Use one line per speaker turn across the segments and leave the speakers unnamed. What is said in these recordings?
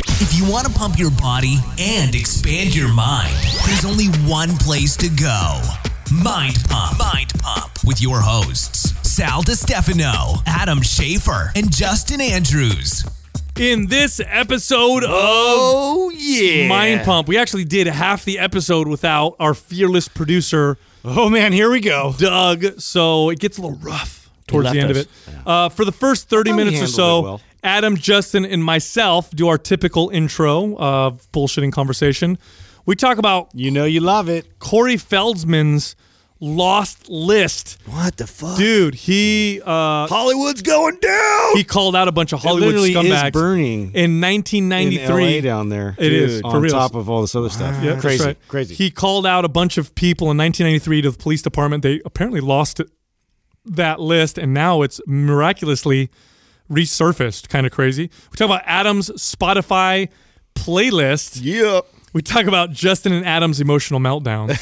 If you want to pump your body and expand your mind, there's only one place to go Mind Pump. Mind Pump. With your hosts, Sal Stefano, Adam Schaefer, and Justin Andrews.
In this episode of
Oh yeah.
Mind Pump, we actually did half the episode without our fearless producer,
Oh man, here we go.
Doug, so it gets a little rough towards
left
the end of
us.
it. Uh, for the first 30
thought we
minutes or
handled
so,
it well.
Adam, Justin, and myself do our typical intro of bullshitting conversation. We talk about
You know you love it.
Corey Feldman's lost list.
What the fuck?
Dude, he uh,
Hollywood's going down.
he called out a bunch of Hollywood
literally is
scumbags
burning
in 1993
in LA down there.
It is,
on
for reals.
top of all this other stuff.
Yeah, that's
crazy,
right.
crazy.
He called out a bunch of people in 1993 to the police department. They apparently lost it- that list, and now it's miraculously resurfaced. Kind of crazy. We talk about Adam's Spotify playlist.
yeah.
We talk about Justin and Adam's emotional meltdown.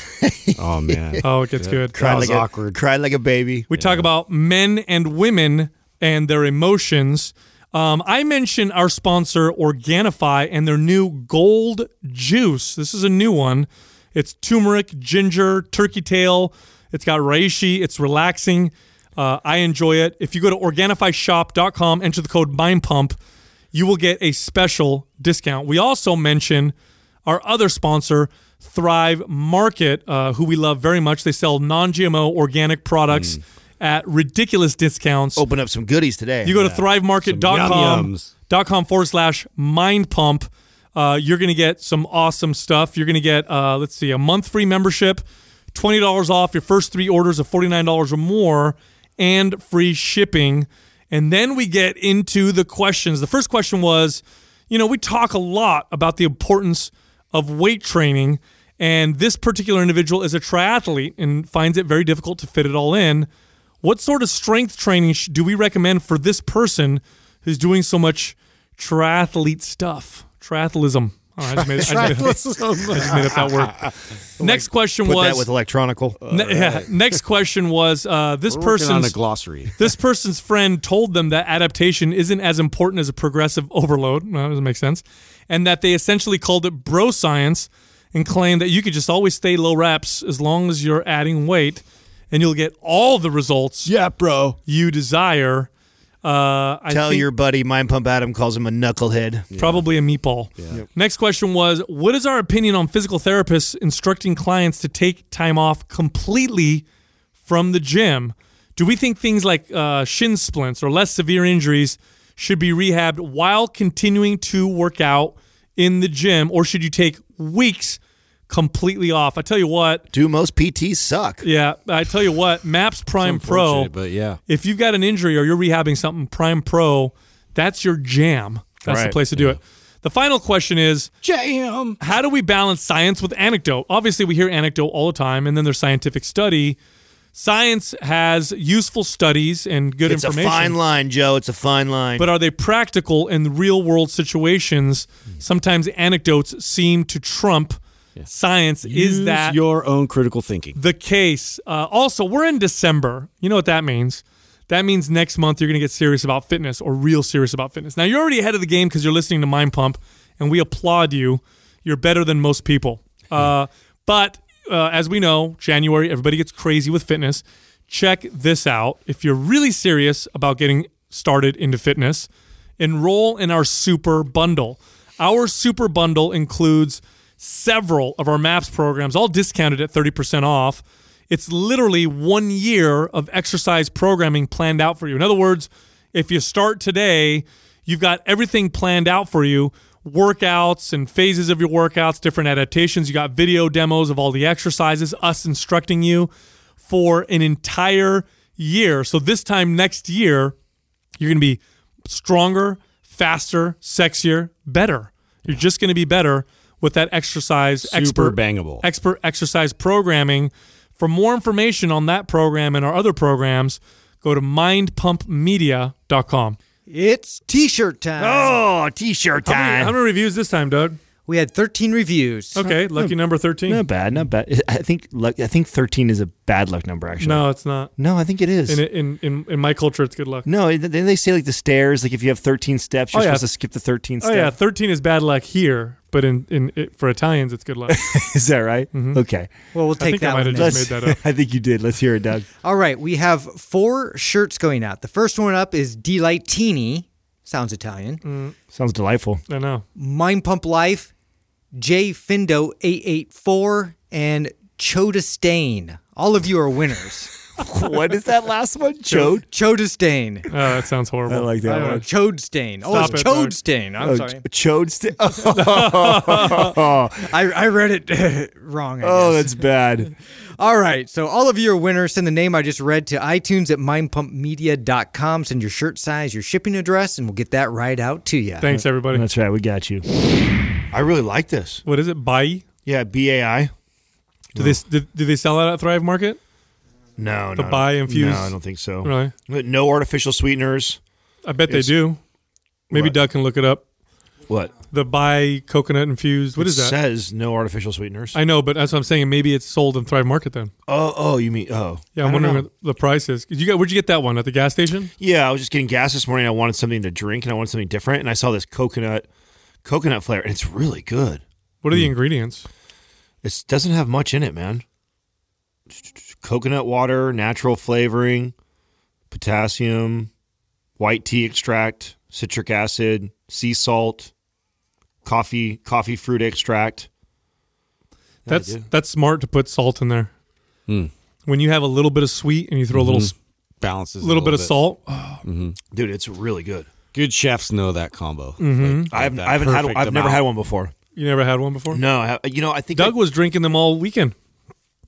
Oh man.
Oh, it gets good.
That was
like a-
awkward.
cried like a baby.
We talk about men and women and their emotions. Um, I mentioned our sponsor, Organifi, and their new gold juice. This is a new one. It's turmeric, ginger, turkey tail. It's got reishi. It's relaxing. Uh, I enjoy it. If you go to organifishop.com, enter the code MindPump, you will get a special discount. We also mention our other sponsor, Thrive Market, uh, who we love very much. They sell non GMO organic products at ridiculous discounts.
Open up some goodies today.
you go to thrivemarket.com
yum-yums.
dot com forward slash mind pump. Uh, you're going to get some awesome stuff. You're going to get, uh, let's see, a month free membership, $20 off your first three orders of $49 or more, and free shipping. And then we get into the questions. The first question was you know, we talk a lot about the importance of weight training. And this particular individual is a triathlete and finds it very difficult to fit it all in. What sort of strength training sh- do we recommend for this person who's doing so much triathlete stuff? Triathlism. Oh, I, just made, I, just made, I just made up that word. Next question
Put
was. Uh,
that with electronical.
ne- yeah, next question was uh, this
We're working on a
person's
glossary.
this person's friend told them that adaptation isn't as important as a progressive overload. Well, that doesn't make sense. And that they essentially called it bro science and claimed that you could just always stay low reps as long as you're adding weight and you'll get all the results
Yeah, bro.
you desire. Uh, I
Tell
think
your buddy Mind Pump Adam calls him a knucklehead.
probably a meatball. Next question was What is our opinion on physical therapists instructing clients to take time off completely from the gym? Do we think things like uh, shin splints or less severe injuries should be rehabbed while continuing to work out in the gym, or should you take weeks completely off? I tell you what,
Do most PTs suck?
yeah, I tell you what, MAPS Prime Pro.
Unfortunate, but yeah.
If you've got an injury or you're rehabbing something, Prime Pro, that's your jam. That's the
Right.
place to do it. The final question is
Jam.
how do we balance science with anecdote? Obviously, we hear anecdote all the time, and then there's scientific study. Science has useful studies and good
It's a
information.
fine line, Joe. It's a fine line.
But are they practical in real world situations? Sometimes anecdotes seem to trump science. is
Use
that
your own critical thinking?
the case. Uh, also, we're in December. You know what that means? That means next month you're going to get serious about fitness or real serious about fitness. Now, you're already ahead of the game because you're listening to Mind Pump, and we applaud you. You're better than most people. Uh, but uh, as we know, January, everybody gets crazy with fitness. Check this out. If you're really serious about getting started into fitness, enroll in our super bundle. Our super bundle includes several of our MAPS programs, all discounted at 30% off. It's literally one year of exercise programming planned out for you. In other words, if you start today, you've got everything planned out for you workouts and phases of your workouts, different adaptations. You got video demos of all the exercises, us instructing you for an entire year. So this time next year, you're going to be stronger, faster, sexier, better. You're just going to be better with that exercise
Super bangable.
expert exercise programming. For more information on that program and our other programs, go to mindpumpmedia.com.
It's t-shirt time.
oh, t-shirt
uh, How many,
time.
how many reviews this time, Doug?
We had 13 reviews.
Okay, lucky number 13.
Not bad, not bad. I think luck, I think thirteen is a bad luck number actually.
No, it's not.
no, I think it is.
In, in in in my culture, it's good luck.
no, it- then they say like the stairs. Like if you have thirteen steps, you're
Oh, yeah.
supposed to skip the thirteen
Oh yeah,
steps.
thirteen is bad luck here, but in in it, for Italians, it's good luck.
is that right? Okay,
Well, we'll
I
take
think Mm-hmm. I
that
might have
one. then.
just made that up.
I think you did. Let's hear it, Doug.
All right, we have four shirts going out. The first one up is Delightini, sounds Italian.
Mm.
Sounds delightful.
I know. Oh,
Mind Pump Life, J Findo eight eight four, and Choda Stain. All of you are winners.
what is that last one? Chode.
Choda Stain. Oh,
Oh, that sounds horrible.
I like that
don't
one.
know.
Chode Stain. Oh,
Stop
it's
it, Mark.
Chode Stain. I'm
Oh,
sorry.
Chode. St- oh,
I, I read it wrong. I
oh,
guess.
that's bad.
All right. So all of you are winners. Send the name I just read to iTunes at mindpumpmedia.com. Send your shirt size, your shipping address, and we'll get that right out to you.
Thanks everybody.
That's right. We got you.
I really like this.
what is it? Bai?
Yeah, B A I.
Do they do, do they sell that at Thrive Market?
No,
The
no,
bi infused-
No, I don't think so.
Really?
No artificial sweeteners.
I bet
It's-
they do. Maybe
What?
Doug can look it up.
What?
The Bai coconut infused. What
It
is that?
Says no artificial sweeteners.
I know, but that's what I'm saying. Maybe it's sold in Thrive Market then.
oh, oh, you mean oh?
Yeah,
I
I'm
don't
wondering
know.
what the price is. 'Cause You got, where'd you get that one at the gas station?
Yeah, I was just getting gas this morning. I wanted something to drink and I wanted something different, and I saw this coconut coconut flavor, and it's really good.
What are
Hmm.
the ingredients?
It doesn't have much in it, man. Coconut water, natural flavoring, potassium, white tea extract, citric acid, sea salt, coffee, coffee fruit extract.
That's that's smart to put salt in there.
Hmm.
When you have a little bit of sweet and you throw a little s-
Mm-hmm.
Balances. a
little bit of salt,
Dude, it's really good.
Good chefs know that combo.
Mm-hmm.
I haven't, I haven't had I've never had one before.
you never had one before.
No, I have, you know, I think
Doug was drinking them all weekend.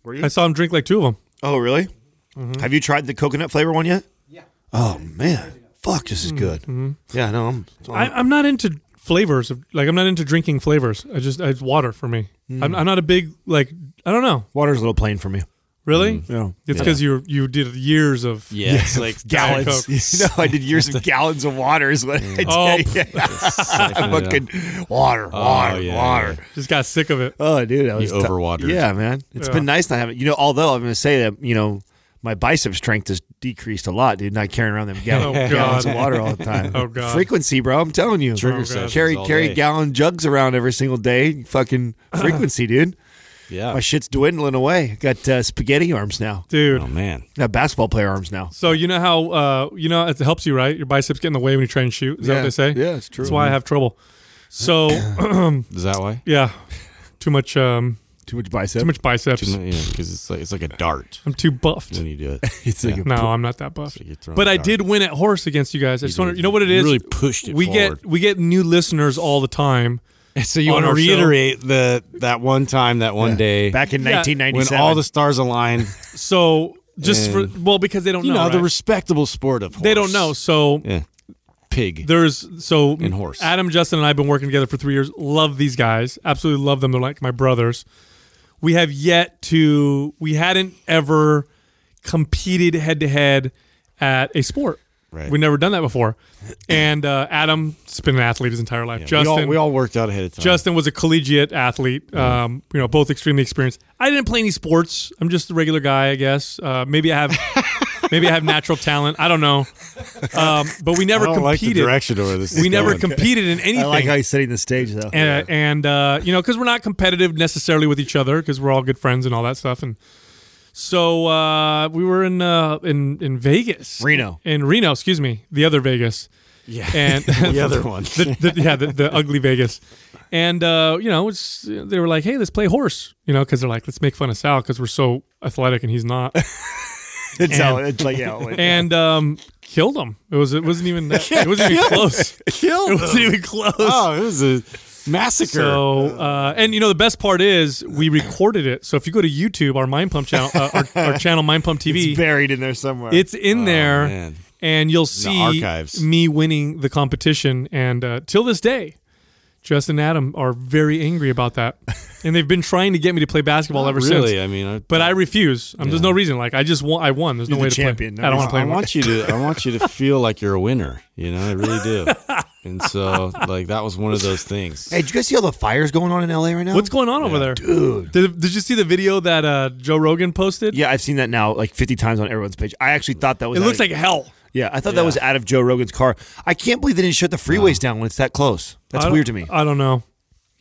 Were
I saw him drink like two of them.
Oh, really? Have you tried the coconut flavor one yet? Yeah. Oh man, fuck, this is good. Yeah, no, I'm.
I, I'm not into flavors. Of, like I'm not into drinking flavors. I just it's water for me. I'm, I'm not a big like. I don't know.
water's a little plain for me.
Really?
Yeah.
It's because you you did years of
Yeah, it's like
Diet Coke.
no, I did years of gallons of water is what I did.
Oh,
Siphon it out.
Fucking water, water,
yeah,
water.
just got sick of it.
Oh, dude, I was
You overwatered.
Yeah,
Yeah, man, it's
Yeah.
been nice not having. You know, although I'm going to say that you know my bicep strength has decreased a lot, dude. Not carrying around them
Oh, God.
gallon, gallons of water all the time.
Oh, God.
frequency, bro. I'm telling you,
Trigger
God.
sessions
carry
all
carry
day.
gallon jugs around every single day. Fucking frequency, dude.
Yeah.
My shit's dwindling away. Got uh, spaghetti arms now.
Dude.
Oh man.
Got basketball player arms now.
So you know how uh, you know it helps you, right? Your biceps get in the way when you try and shoot. Is that what
Yeah.
they say?
Yeah, it's true.
That's why I have trouble. So
Is that why?
yeah, too much um,
too much bicep.
too much biceps.
Because it's like it's like a dart
I'm too buffed.
when you do it.
It's like a-
No, I'm not that buff.
So you throw
But
a
I
dart.
did win at horse against you guys. I just want to, you know what it
You
is.
really pushed it
We get
forward.
we get new listeners all the time.
So you
on
want to
our show.
reiterate the that one time, that one day
Back in
Yeah.
1997,
when all the stars aligned.
So just for well because they don't
You know,
know,
the
right?
respectable sport of horse.
they don't know. So
Yeah. Pig.
there's so
And horse.
Adam, Justin, and I have been working together for three years. Love these guys. Absolutely love them. They're like my brothers. We have yet to. We hadn't ever competed head to head at a sport.
Right.
We've never done that before. And uh, Adam has been an athlete his entire life. Justin,
we all, we all worked out ahead of time.
Justin was a collegiate athlete. Um, you know, both extremely experienced. I didn't play any sports. I'm just a regular guy, I guess. Uh, maybe I have, maybe I have natural talent. I don't know. Um, but we never
I don't like the
competed.
direction of where this. is
we never
going.
competed in anything.
I like how he's setting the stage though.
and and uh, you know, because we're not competitive necessarily with each other, because we're all good friends and all that stuff. And so uh, we were in uh, in in Vegas,
Reno.
in Reno. Excuse me, the other Vegas.
Yeah.
and
the other one.
the, the, yeah, the, the ugly Vegas. And, uh, you know, it's, they were like, hey, let's play horse, you know, because they're like, let's make fun of Sal because we're so athletic and he's not.
it's, how, it's like yeah, like-
And um, killed him. It, was, it wasn't even that, it wasn't even close.
Killed
It wasn't even close.
Oh, it was a massacre.
So, uh, and you know, the best part is we recorded it. So if you go to YouTube, our Mind Pump channel, uh, our, our channel Mind Pump TV,
buried in there somewhere.
It's in there,
man.
and you'll see
archives.
me winning the competition. And uh, till this day, Justin and Adam are very angry about that, and they've been trying to get me to play basketball ever
really,
since.
I mean, I,
But I refuse. Um, There's no reason. Like I just won. I won. There's no
the
way to
champion.
play. I don't want to play.
I
anymore.
want you to. I want you to feel like you're a winner. You know, I really do. And so, like, that was one of those things.
Hey, did you guys see all the fires going on in LA right now?
What's going on over there? Dude. Did, did you see the video that uh, Joe Rogan posted?
Yeah, I've seen that now like 50 times on everyone's page. I actually thought that was
It
out
looks like
of-
hell.
Yeah, I thought that was out of Joe Rogan's car. I can't believe they didn't shut the freeways down when it's that close.
I
That's
don't-
weird to me.
I don't know.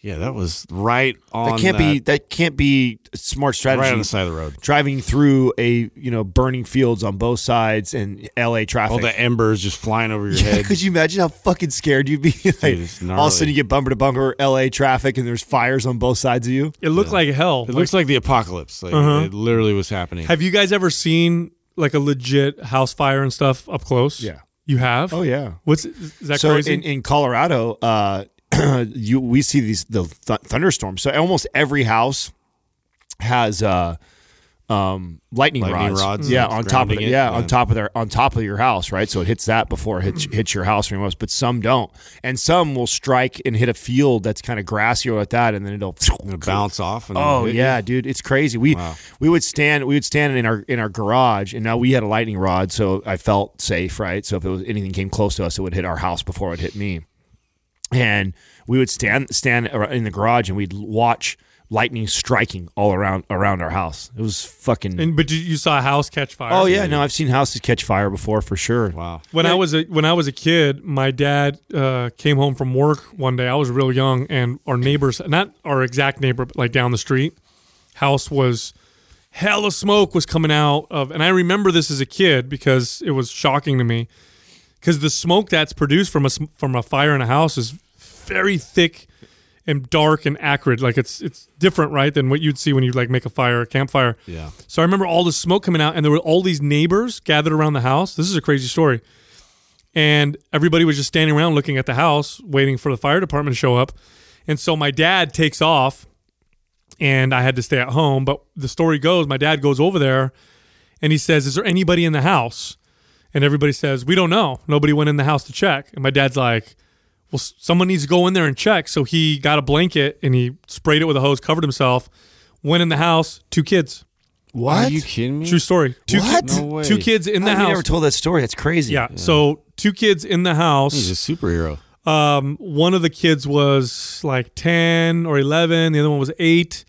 Yeah, that was right on.
That can't be that can't be a smart strategy.
right on the side of the road.
Driving through a you know burning fields on both sides and LA traffic.
All the embers just flying over your head.
Could you imagine how fucking scared you'd be?
it's
like, all of a
gnarly.
sudden you get bumper to bumper LA traffic and there's fires on both sides of you.
It looked like hell.
It looks like the apocalypse. Like it literally was happening.
Uh-huh. Have you guys ever seen like a legit house fire and stuff up close?
Yeah. Oh,
You have?
yeah.
What's is that
so
crazy?
in, in Colorado, uh, you we see these the th- thunderstorms. So almost every house has uh, um, lightning,
Lightning rods
Yeah,
and
on top of
grounding
the,
it,
yeah,
yeah.
on top of their on top of your house, right? So it hits that before it hits, hits your house or anything else. But some don't, and some will strike and hit a field that's kind of grassy or like that, and then it'll.
Gonna bounce off. And
Oh
hit
yeah, dude, it's crazy. We we would stand we would stand in our in our garage, and now we had a lightning rod, so I felt safe, right? So if it was anything came close to us, it would hit our house before it would hit me. And we would stand stand ar- in the garage, and we'd watch lightning striking all around around our house. It was fucking.
and but you, you saw a house catch fire.
oh yeah, no, I've seen houses catch fire before for sure.
you. Wow.
When I was a when I was a kid, my dad uh, came home from work one day. I was real young, and our neighbors, not our exact neighbor, but like down the street, house was hell of smoke was coming out of, and I remember this as a kid because it was shocking to me because the smoke that's produced from a sm- from a fire in a house is very thick and dark and acrid. Like it's it's different, right, than what you'd see when you like make a fire, a campfire.
Yeah.
So I remember all the smoke coming out, and there were all these neighbors gathered around the house. This is a crazy story. And everybody was just standing around looking at the house, waiting for the fire department to show up. And so my dad takes off, and I had to stay at home. But the story goes my dad goes over there and he says, Is there anybody in the house? And everybody says, We don't know. Nobody went in the house to check. And my dad's like, Well, s- someone needs to go in there and check. So he got a blanket and he sprayed it with a hose, covered himself, went in the house, two kids.
Are you kidding me?
True story. Two, ki-
What?
No way.
two kids in the
I never
house.
told that story. That's crazy.
yeah. So two kids in the house.
He's a superhero.
Um, one of the kids was like 10 or 11, the other one was 8,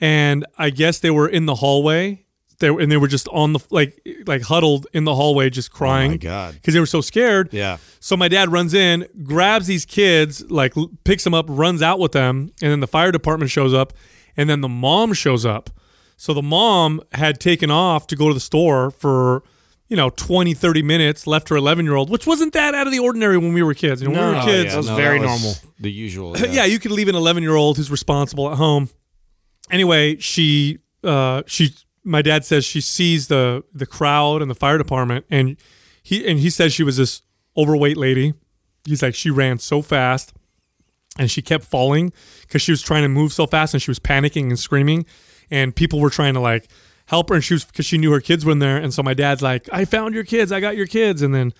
and I guess they were in the hallway. They were, and they were just on the like like huddled in the hallway just crying.
God.
Cuz they were so scared.
Yeah.
So my dad runs in, grabs these kids, like l- picks them up, runs out with them, and then the fire department shows up, and then the mom shows up. So the mom had taken off to go to the store for, you know, 20, 30 minutes, left her 11 year old, which wasn't that out of the ordinary when we were kids. You know, when we were
No,
kids.
yeah, was very normal.
The usual.
yeah, you could leave an 11 year old who's responsible at home. Anyway, she, uh, she, my dad says she sees the the crowd and the fire department, and he and he says she was this overweight lady. He's like she ran so fast, and she kept falling because she was trying to move so fast, and she was panicking and screaming, and people were trying to like help her, and she was because she knew her kids were in there, and so my dad's like, "I found your kids, I got your kids," and then.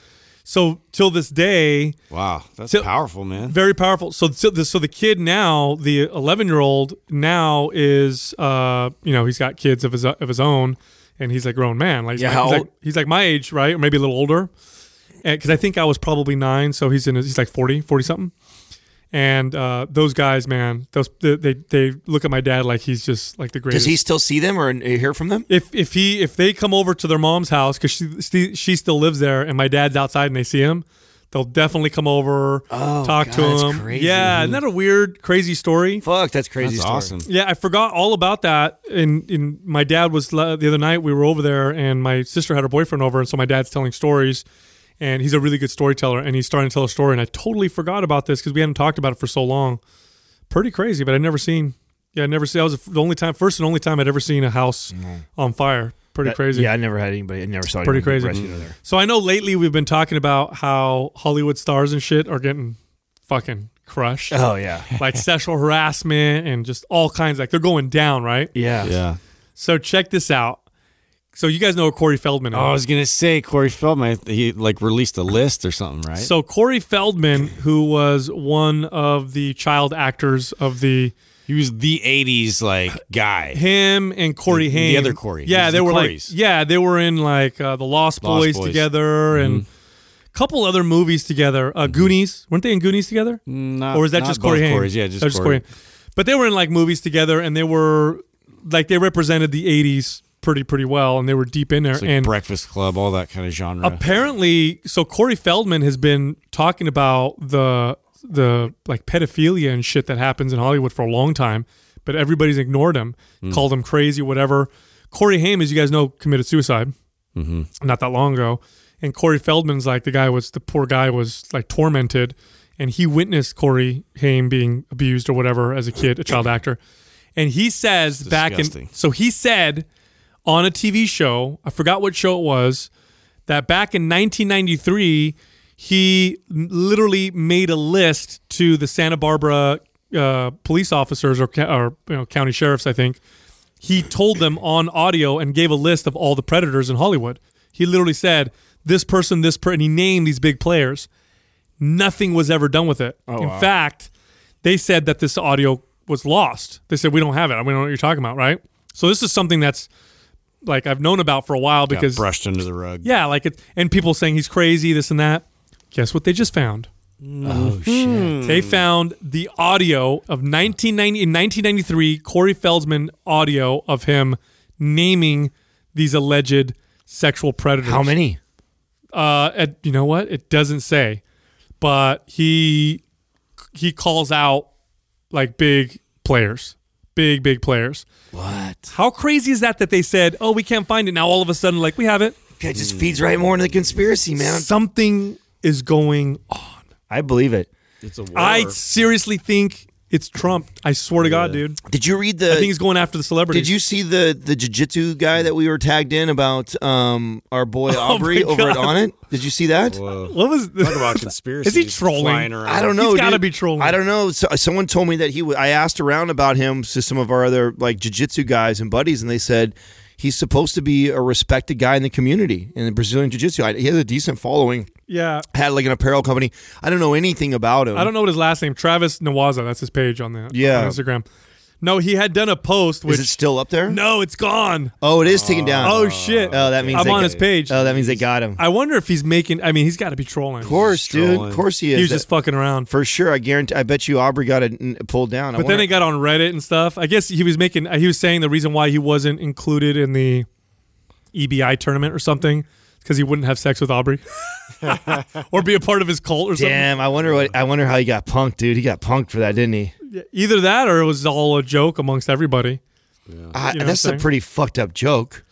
So till this day,
Wow. That's
So-
powerful, man.
very powerful. So, so the so the kid now, the eleven year old now is, uh, you know, he's got kids of his of his own, and he's a grown man. Like, he's
Yeah,
my-
how
he's, like
old-
he's like my age, right, or maybe a little older, because I think I was probably nine, so he's in his, he's like 40, 40 something. And uh, those guys, man, those they, they they look at my dad like he's just like the greatest.
Does he still see them or uh, hear from them?
if if he if they come over to their mom's house because she, she she still lives there and my dad's outside and they see him, they'll definitely come over, talk to
Oh, God, that's
him.
crazy.
Yeah, isn't that a weird, crazy story?
Fuck, that's crazy.
That's
story.
awesome.
Yeah, I forgot all about that. And in my dad was le- the other night we were over there, and my sister had her boyfriend over, and so my dad's telling stories, and he's a really good storyteller, and he's starting to tell a story, and I totally forgot about this because we hadn't talked about it for so long. Pretty crazy, but I'd never seen. Yeah, I never seen. That was the only time, first and only time I'd ever seen a house on fire. Pretty
Mm-hmm. That-
crazy.
Yeah, I never had anybody. I never saw
Pretty
anyone get
crazy.
rescued out of there.
So I know lately we've been talking about how Hollywood stars and shit are getting fucking crushed,
Oh yeah,
like sexual harassment and just all kinds. Like they're going down, right?
yeah.
Yeah.
So check this out. So you guys know who Corey Feldman is.
Oh, I was gonna say Corey Feldman. He like released a list or something, right?
so Corey Feldman, who was one of the child actors of the
he was the '80s like guy.
him and Corey
The- the
Haim,
other Corey.
Yeah,
This is
they
the
were
Corys.
like yeah, they were in like uh, the Lost,
Lost Mm-hmm.
Boys,
Boys.
together and a couple other movies together. Uh, Goonies weren't they in Goonies together?
Not,
or is that
Mm-hmm. Mm, not
just
both
Corey Haim?
Corys. Yeah, just,
That's
Corey.
Haim. But they were in like movies together, and they were like they represented the '80s pretty pretty well, and they were deep in there.
It's like
and
Breakfast Club, all that kind of genre.
apparently, so Corey Feldman has been talking about the the like pedophilia and shit that happens in Hollywood for a long time, but everybody's ignored him, called him crazy, whatever. Corey Haim, as you guys know, committed suicide not that long ago. And Corey Feldman's like the guy was the poor guy was like tormented, and he witnessed Corey Haim being abused or whatever as a kid, a child actor. And he says back in
disgusting.
so he said on a TV show, I forgot what show it was, that back in 1993 he literally made a list to the Santa Barbara uh, police officers or, ca- or you know, county sheriffs, I think, he told them on audio and gave a list of all the predators in Hollywood. He literally said, "This person, this person," and he named these big players. Nothing was ever done with it. in fact, they said that this audio was lost. They said we don't have it. I don't know what you're talking about, right? So this is something that's like I've known about for a while
Got
because
brushed under the rug.
yeah, like it, and people saying he's crazy, this and that. Guess what they just found?
Mm-hmm.
Oh shit!
They found the audio of 1990 in 1993 Corey Feldman audio of him naming these alleged sexual predators.
How many?
Uh, at, you know what? It doesn't say, but he he calls out like big players, big big players.
What?
How crazy is that that they said, "Oh, we can't find it now." All of a sudden, like we have it.
It just feeds right more into the conspiracy, man.
Something is going on.
I believe it.
It's a war.
I seriously think it's Trump. I swear to God, dude.
Did you read
I think he's
the?
going after the celebrities.
Did you see the the jiu-jitsu guy that we were tagged in about um our boy Aubrey
Oh my
over at
God.
On It? Did you see that?
What was this?
Talk about conspiracy.
Is he trolling?
Flying around.
I don't know.
He's gotta
dude.
be trolling.
I don't know. So, someone told me that he. w- I asked around about him to some of our other like jiu-jitsu guys and buddies, and they said he's supposed to be a respected guy in the community in the Brazilian jiu-jitsu. I, he has a decent following.
Yeah.
Had like an apparel company. I don't know anything about him.
I don't know what his last name. Travis Nawaza. That's his page on the
Yeah.
on Instagram. No, he had done a post
Is
which
it still up there?
no, it's gone.
Oh, it is taken down.
Oh, shit.
Oh, that means
I'm
they
on
got-
his page.
Oh, that means they got him.
I wonder if he's making. I mean, he's got to be trolling.
Of course, dude.
trolling.
Of course he
he
is. Uh,
was just fucking around.
for sure. I guarantee. I bet you Aubrey got it n- pulled down. I
But then
wonder-
it got on Reddit and stuff. I guess he was making. He was saying the reason why he wasn't included in the EBI tournament or something because he wouldn't have sex with Aubrey or be a part of his cult or something.
Damn, I wonder what I wonder how he got punked, dude. He got punked for that, didn't he?
Either that or it was all a joke amongst everybody.
I,
You know what
that's
I'm
a
saying?
pretty fucked up joke.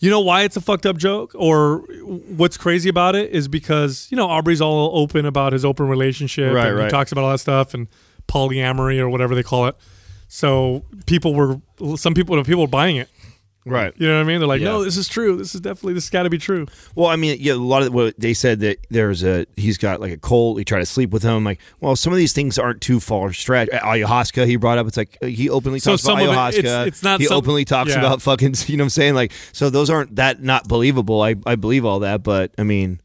You know why it's a fucked up joke, or what's crazy about it is because you know Aubrey's all open about his open relationship,
Right,
and He
right.
talks about all that stuff and polyamory or whatever they call it. So people were, some people, people were buying it.
Right.
You know what I mean? They're like, no,
Yeah.
this is true. This is definitely this got to be true.
Well, I mean, yeah, a lot of what they said that there's a he's got like a cold. He tried to sleep with him. Like, well, some of these things aren't too far stretch. Ayahuasca, he brought up. It's like uh, he openly
So
talks
some of
about
it-
ayahuasca.
it's- it's not
He
some-
openly talks
yeah.
about fucking. You know what I'm saying? Like, so those aren't that not believable. I I believe all that, but I mean,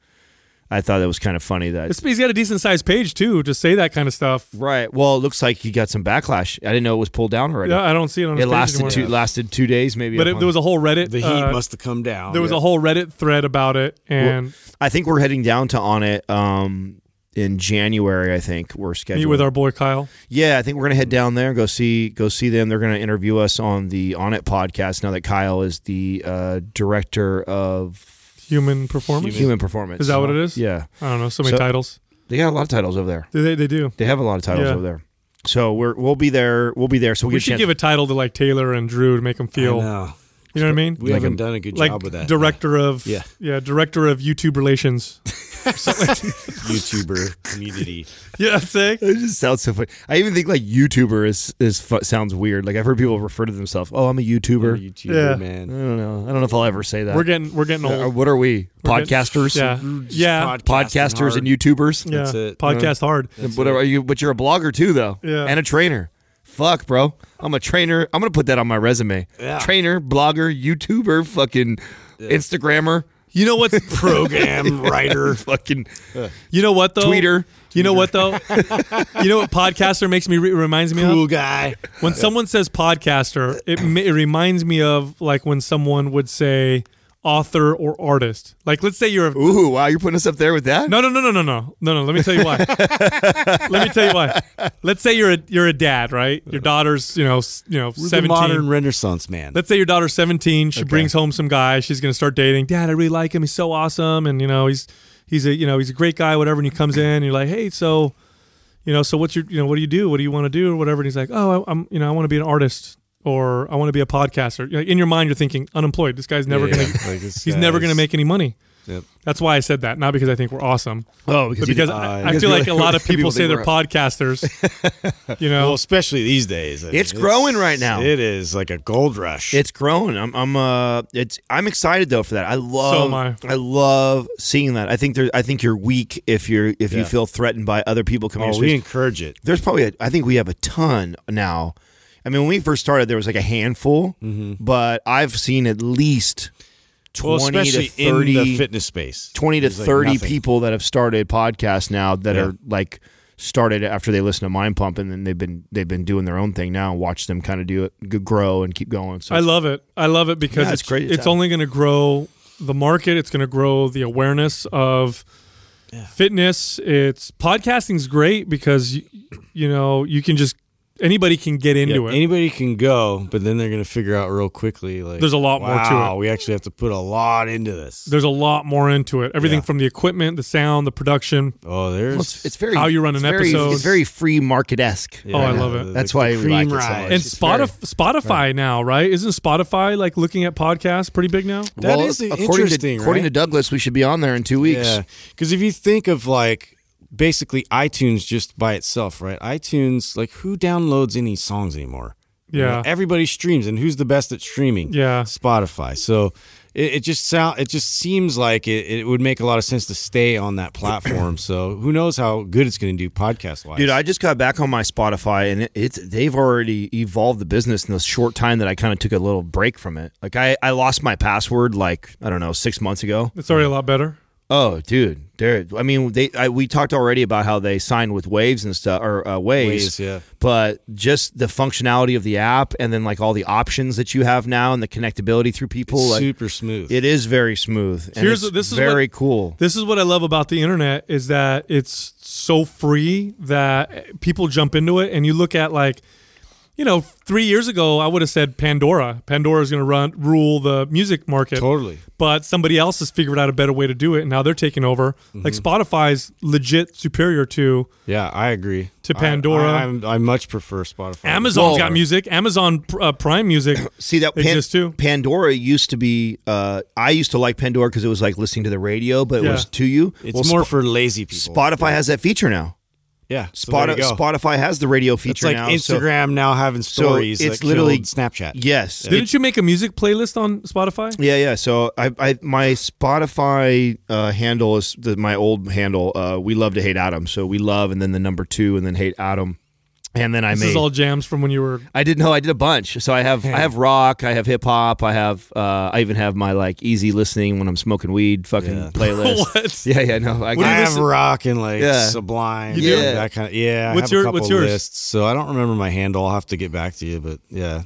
I thought that was kind of funny that
It's, he's got a decent sized page too to say that kind of stuff.
Right. Well, it looks like he got some backlash. I didn't know it was pulled down already.
Yeah, I don't see it on. His
it
page
lasted
anymore.
two lasted two days, maybe.
but
a
it,
month.
there was a whole Reddit.
The heat
uh,
must have come down.
There was a whole Reddit thread about it, and
I think we're heading down to on it um, in January. I think we're scheduled.
meet with our boy Kyle.
yeah, I think we're gonna head down there and go see go see them. They're gonna interview us on the On It podcast. Now that Kyle is the uh, director of
Human performance.
human performance,
Is that what it is?
Yeah,
I don't know. So many
So-
titles.
they got a lot of titles over there.
They, they, they do.
They have a lot of titles
Yeah.
over there. So we're we'll be there. We'll be there. So
We
we'll get a
should
chance-
give a title to like Taylor and Drew to make them feel.
No,
You know what I mean?
we haven't done a good
like
job with that.
director of yeah.
Yeah.
director of YouTube relations.
YouTuber community.
Yeah, I'm saying.
It just sounds so funny. I even think like YouTuber is is fu- sounds weird. Like I've heard people refer to themselves. Oh, I'm a YouTuber.
YouTuber
Yeah.
I
man.
don't know. I don't know if I'll ever say that.
We're getting we're getting
Uh,
old.
what are we?
We're getting-
Podcasters.
yeah, yeah,
Podcasters and
you.
YouTubers.
yeah.
That's it.
Podcast hard.
Whatever are you, but you're a blogger too, though.
Yeah.
And a trainer. Fuck, bro. I'm a trainer. I'm gonna put that on my resume.
Yeah.
Trainer, blogger, YouTuber, fucking Instagrammer,
You know what's
program writer.
fucking
you know what though?
tweeter.
You know what though? you know what podcaster makes me re- reminds me
Cool
of
guy.
when someone says podcaster, it ma- it reminds me of like when someone would say author, or artist. Like, let's say you're a
Ooh, wow, you're putting us up there with that?
no, no, no, no, no, no, no, no. Let me tell you why. let me tell you why. Let's say you're a you're a dad, right? Your daughter's, you know, s- you know,
The
seventeen.
modern Renaissance man.
Let's say your daughter's 17. She brings home some guy. She's going to start dating. Dad, I really like him. He's so awesome, and you know he's he's a you know he's a great guy. Whatever. And he comes in, and you're like, hey, so you know, so what's your you know what do you do? What do you want to do or whatever? And he's like, oh, I, I'm you know I want to be an artist or I want to be a podcaster. You know, in your mind, you're thinking unemployed. This guy's never going to he's never going to make any money.
Yep.
That's why I said that, not because I think we're awesome,
Oh,
but because I, I
because
feel
we-
like a lot of
people
people say
think
they're
we're-
podcasters. You know,
Well, especially these days. I mean,
It's growing right now.
It is like a gold rush.
It's grown. I'm I'm uh it's I'm excited though for that. I love
am I.
love seeing that. I think there I think you're weak if you're if you
Yeah.
feel threatened by other people coming. to
oh,
your
we
space.
encourage it.
There's probably a, I think we have a ton now. I mean, when we first started, there was like a handful, but I've seen at least
Mm-hmm. Well,
twenty
especially
to thirty
in the fitness space.
20 to
There's, like,
30
nothing.
people that have started podcasts now that
Yeah.
are like started after they listen to Mind Pump and then they've been they've been doing their own thing now and watch them kind of do it g- grow and keep going. So
I love it. I love it because
Yeah,
it's,
it's great.
it's,
It's out.
only going to grow the market. It's going to grow the awareness of fitness. It's podcasting's great because you, you know you can just anybody can get
Yeah,
into it.
anybody can go, but then they're going to figure out real quickly. Like,
There's a lot more to it.
wow, We actually have to put a lot into this.
There's a lot more into it. Everything
Yeah.
from the equipment, the sound, the production.
oh, there's
Well, it's, it's very
How you run
it's
an
very,
episode.
It's very free market esque.
Yeah,
Oh, I
yeah,
love it.
the-
That's
the
why we
cream
like it so
rise.
much.
and
it's
Spotify, Spotify now, right? Isn't Spotify like looking at podcasts pretty big now?
That is the
according
interesting,
To, according to
right?
Douglas, we should be on there in two weeks.
Yeah, because if you think of like basically iTunes just by itself, right? iTunes, like who downloads any songs anymore? You know,
Yeah.
everybody streams, and who's the best at streaming?
Yeah.
Spotify. So it, it just sound it just seems like it, it would make a lot of sense to stay on that platform. so who knows how good it's going to do podcast wise?
Dude, I just got back on my Spotify, and it, it's they've already evolved the business in the short time that I kind of took a little break from it. Like I, I lost my password like I don't know six months ago.
It's already a lot better.
Oh, dude, there. I mean, they. I, we talked already about how they signed with Waves and stuff, or uh, Waves.
Waves, yeah.
But just the functionality of the app, and then like all the options that you have now, and the connectability through people. like,
super smooth.
It is very smooth. And
Here's-
it's
this is
very
what-
cool.
This is what I love about the internet is that it's so free that people jump into it and you look at like you know 3 years ago I would have said Pandora Pandora is going to run rule the music market
totally.
but somebody else has figured out a better way to do it and now they're taking over like
Mm-hmm.
Spotify's legit superior to
Yeah, I agree.
To
I-
Pandora.
I, I'm- I much prefer Spotify.
Amazon's
Well-
got music Amazon uh, Prime Music
See that
exists too.
Pandora used to be. Uh, I used to like Pandora because it was like listening to the radio, but
Yeah.
it was to you.
It's
Well,
more
Sp-
for lazy people.
Spotify has that feature now.
yeah. so there you
Spotify,
go.
Spotify has the radio feature
It's like
now. so-
Instagram now having stories. that
it's
killed
literally-
Snapchat.
yes,
Didn't you make a music playlist on Spotify?
Yeah, yeah. So I, I my Spotify uh, handle is the, my old handle. Uh, we love to hate Adam. So we love, and then the number two, and then hate Adam, and then I
This
made.
is all jams from when you were
I didn't know I did a bunch. So I have I have rock, I have hip hop, I have uh, I even have my like easy listening when I'm smoking weed fucking playlist.
What?
Yeah, yeah, no. I
I
got,
have rock and like
Yeah.
Sublime.
You do?
and That kind of, yeah. I
What's
have a
your-
couple
what's yours?
Lists, so I don't remember my handle. I'll have to get back to you, but yeah. uh,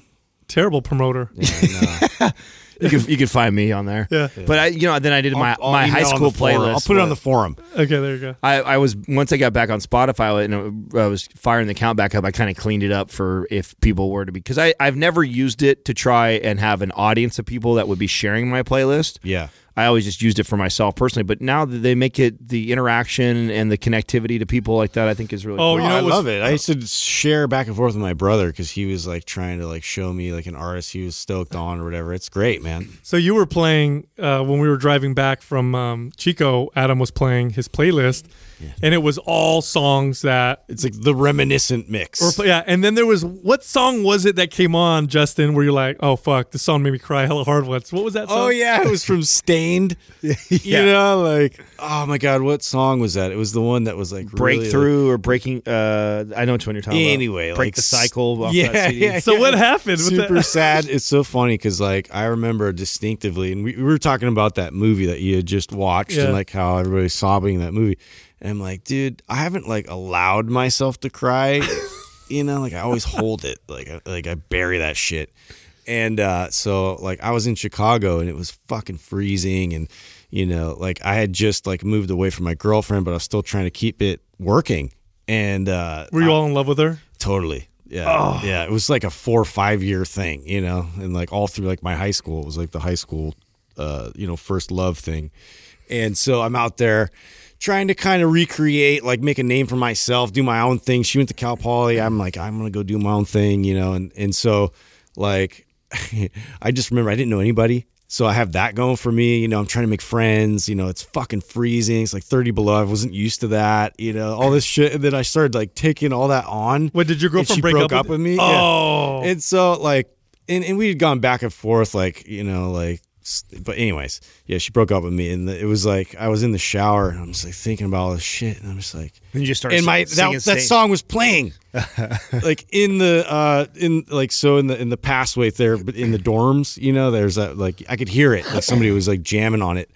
terrible promoter.
you can you can find me on there.
Yeah.
But I you know then I did my
I'll- I'll
my
email
high
on the
school
forum.
playlist.
I'll put it on
with-
the forum.
Okay, there you go.
I, I was once I got back on Spotify and I was firing the count back up. I kind of cleaned it up for if people were to be because I I've never used it to try and have an audience of people that would be sharing my playlist.
Yeah.
I always just used it for myself personally, but now that they make it the interaction and the connectivity to people like that, I think is really
Oh,
cool.
you know
I
what's-
love it. I used to share back and forth with my brother because he was like trying to like show me like an artist he was stoked on or whatever. It's great, man.
So you were playing uh, when we were driving back from um, Chico. Adam was playing his playlist, and it was all songs that.
It's like the reminiscent mix.
Or, yeah, and then there was what song was it that came on, Justin? Where you're like, oh fuck, this song made me cry hella hard once. What was that? Song?
Oh yeah, it was from Stained. You know, like oh my god, what song was that? It was the one that was like really, like-
breakthrough or breaking. Uh, I know which one you're talking about.
Anyway,
break
like
the cycle. Off
yeah,
that CD.
yeah,
So what happened? with
super
that?
sad. It's so funny because like I remember distinctively, and we, we were talking about that movie that you had just watched,
Yeah.
and like how everybody's sobbing in that movie. And I'm like, dude, I haven't like allowed myself to cry. you know, like I always hold it, like I, like I bury that shit. And uh, so, like, I was in Chicago and it was fucking freezing, and you know, like, I had just like moved away from my girlfriend, but I was still trying to keep it working. And uh,
Were you all in love with her?
Totally. Yeah. Yeah. It was like a four or five year thing, you know, and like all through like my high school. It was like the high school, uh, you know, first love thing. And so I'm out there trying to kind of recreate, like make a name for myself, do my own thing. She went to Cal Poly. I'm like, I'm going to go do my own thing, you know, and, and so like I just remember I didn't know anybody. So I have that going for me. You know, I'm trying to make friends. You know, it's fucking freezing. It's like 30 below. I wasn't used to that. You know, all this shit. And then I started like taking all that on.
What, did your
And
girlfriend
she
break
broke
up
up
with-
with me?
Oh.
Yeah. And so like, and, and we had gone back and forth, like, you know, like, s- but anyways, yeah, she broke up with me. And it was like, I was in the shower and I'm just like thinking about all this shit. And I'm just like,
Then you just start
and my
singing,
that,
singing.
that song was playing like in the uh in like so in the in the pathway there but in the dorms you know there's that like i could hear it like somebody was like jamming on it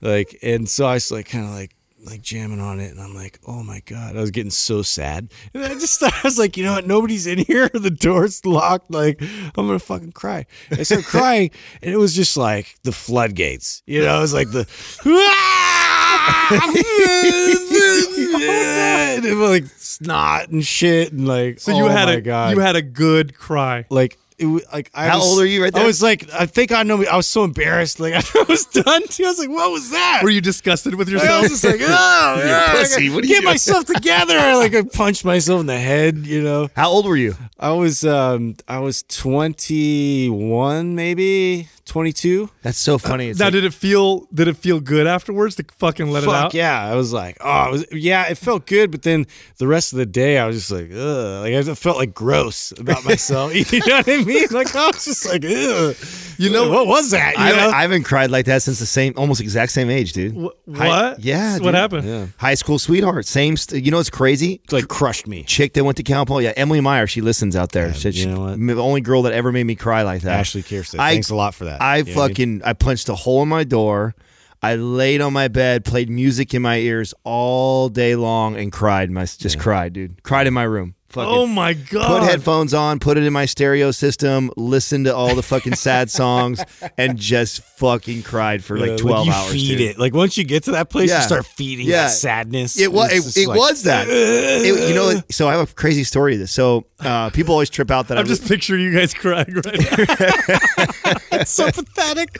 like and so i was like kind of like like jamming on it and i'm like oh my god i was getting so sad and i just i was like you know what nobody's in here the door's locked like i'm gonna fucking cry i started crying and it was just like the floodgates you know it was like the and it was like snot and shit and like
So you
oh
had
my
a
God.
you had a good cry.
like it was like I
How
was-
old are you right there?
I was like I think I know I was so embarrassed like I was done I was like what was that
Were you disgusted with
Like, I
yourself?
was just like oh yeah,
pussy,
I
what are you
get
doing?
myself together I, like I punched myself in the head you know
How old were you?
I was um I was 21 maybe 22
That's so funny. It's
now
like-
did it feel did it feel good afterwards to fucking let
Fuck
it out?
yeah! I was like, oh, it was, yeah, it felt good, but then the rest of the day, I was just like, ugh, like I just felt like gross about myself. you know what I mean? Like I was just like, ugh. You know what was that? You
I,
know?
haven't, I haven't cried like that since the same, almost exact same age, dude.
Wh- What?
Hi- yeah,
What
dude.
happened?
High school sweetheart, same. St- you know, it's crazy.
like crushed me.
Chick that went to Cal Poly. Yeah, Emily Meyer. She listens out there. she,
you know what?
m- The only girl that ever made me cry like that.
Ashley Kirsten,
I-
thanks a lot for that.
I
You know what I mean?
fucking I punched a hole in my door. I laid on my bed, played music in my ears all day long, and cried. My just cried, dude. Cried in my room. Fucking
Oh my
put
Uh.
god.
headphones on, put it in my stereo system, listen to all the fucking sad songs, and just fucking cried for like
Uh,
twelve
you
hours.
Feed
dude.
it. Like once you get to that place,
Yeah.
you start feeding
Yeah.
that sadness.
It was.
It's
It,
just
it
like-
was that. It- you know. So I have a crazy story. Of this. So uh, people always trip out that I
I'm just picturing you guys crying right now.
It's so pathetic.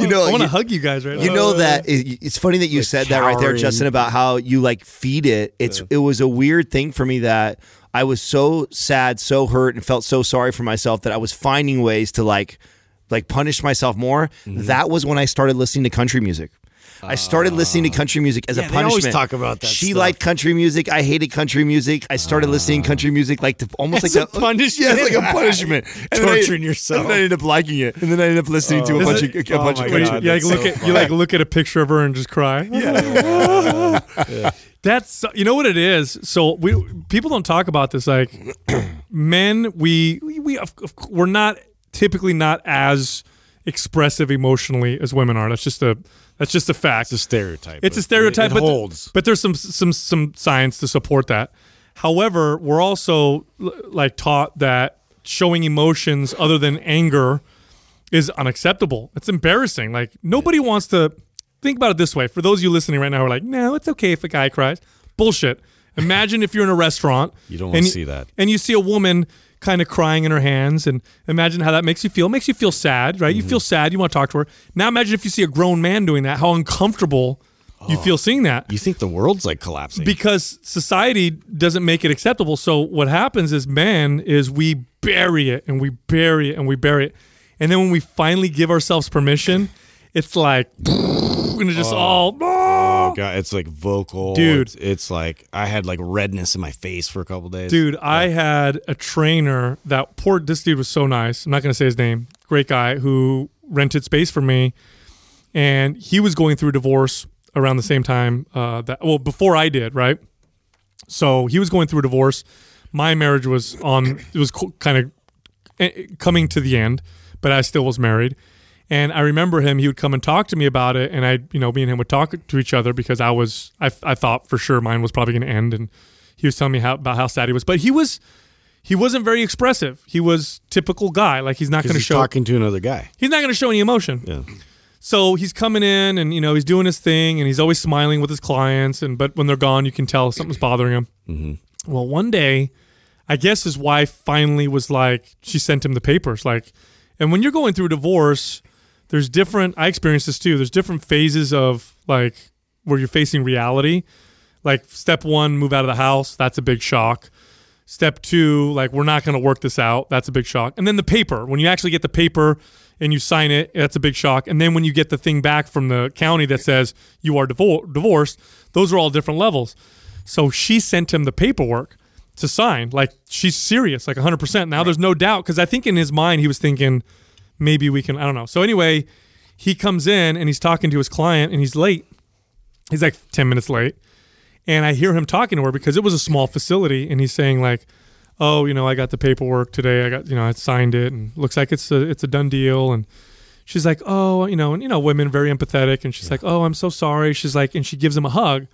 You know.
I want to
you-
hug you guys right now.
You
Uh,
know that it- it's funny that you said that right there,
cowering.
Justin, about how you like feed it. It's it was a weird thing for me that I was so sad, so hurt, and felt so sorry for myself that I was finding ways to like like punish myself more.
Mm-hmm.
That was when I started listening to country music. I started listening to country music as
Ah. Yeah,
a
they always
punishment.
talk about that
She
stuff.
liked country music. I hated country music. I started listening to country music like to almost
Ah. As
like
a punishment.
Yeah, it's like a punishment. And then I-
Torturing yourself.
And then I ended up liking it. And then I ended up listening to a
Is
bunch
it-
of a bunch
Oh my
of
God,
Wait,
country.
you,
that's
like
so
look at you like look at a picture of her and just cry. That's you know what it is. So we people don't talk about this. Like men, we we, we of, of, we're not typically not as expressive emotionally as women are. That's just a that's just a fact.
It's a stereotype.
It's
but
a stereotype,
It, it
but,
holds.
but there's some some some science to support that. However, we're also l- like taught that showing emotions other than anger is unacceptable. It's embarrassing. Like nobody wants to think about it this way. For those of you listening right now, who are like, no, it's okay if a guy cries. Bullshit. Imagine if you're in a restaurant.
You don't
and
wanna see that.
And you see a woman kind of crying in her hands, and imagine how that makes you feel. It makes you feel sad, right? You feel sad. You want to talk to her. Now imagine if you see a grown man doing that. How uncomfortable you feel seeing that
you think the world's like collapsing.
because society doesn't make it acceptable. So what happens is, man, is we bury it and we bury it and we bury it, and then when we finally give ourselves permission, it's like and it's just all.
Oh god, it's like vocal,
Dude.
It's, it's like I had like redness in my face for a couple days,
Dude, I had a trainer that poor. This dude was so nice. I'm not gonna say his name. Great guy who rented space for me, and he was going through divorce around the same time uh, that well before I did, right? So he was going through a divorce. My marriage was on it was kind of eh, coming to the end, but I still was married. And I remember him. He would come and talk to me about it, and I, you know, me and him would talk to each other because I was, I, I thought for sure mine was probably going to end, and he was telling me how, about how sad he was. But he was, He wasn't very expressive. He was typical guy. Like he's not going to
he's
show.
talking to another guy.
He's not going to show any emotion.
Yeah.
So he's coming in and you know he's doing his thing and he's always smiling with his clients and but when they're gone you can tell something's bothering him. Mm-hmm. Well, one day, I guess his wife finally was like she sent him the papers like, and when you're going through a divorce, there's different. I experienced this too. There's different phases of like where you're facing reality. Like step one, move out of the house. That's a big shock. Step two, like we're not going to work this out. That's a big shock. And then the paper, when you actually get the paper and you sign it, that's a big shock. And then when you get the thing back from the county that says you are divor- divorced, those are all different levels. So she sent him the paperwork to sign. Like she's serious, like 100%. Now there's no doubt because I think in his mind he was thinking maybe we can, I don't know. So anyway, he comes in and he's talking to his client and he's late. He's like 10 minutes late and I hear him talking to her because it was a small facility, and he's saying like, "Oh, you know, I got the paperwork today. I got you know, I signed it, and looks like it's a it's a done deal." And she's like, "Oh, you know," and you know, women very empathetic, and she's like, "Oh, I'm so sorry." She's like, and she gives him a hug,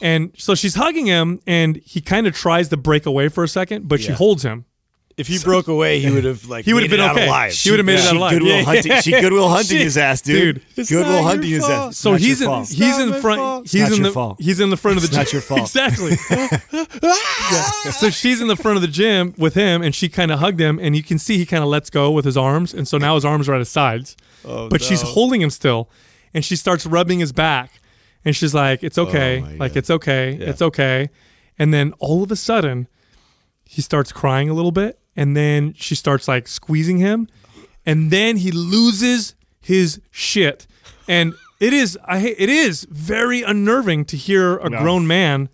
and so she's hugging him, and he kind of tries to break away for a second, but she holds him.
If he broke away, he would have like
He would have
made it
been
out
okay.
alive.
She would have made it out alive.
Goodwill
Yeah.
hunting. She Goodwill hunting his ass, dude.
Dude,
Goodwill hunting his ass.
So
not your
he's in
fault.
he's in front he's
not
in
your
the
fault.
he's in the front of the
not
gym.
your fault.
exactly. Yeah. So she's in the front of the gym with him, and she kind of hugged him, and you can see he kind of lets go with his arms, and so now his arms are at his sides,
Oh,
but she's holding him still, and she starts rubbing his back, and she's like,
Oh
"It's okay,
my
like
God.
it's okay, it's okay," and then all of a sudden, he starts crying a little bit, and then she starts like squeezing him, and then he loses his shit, and it is I hate- it is very unnerving to hear a grown man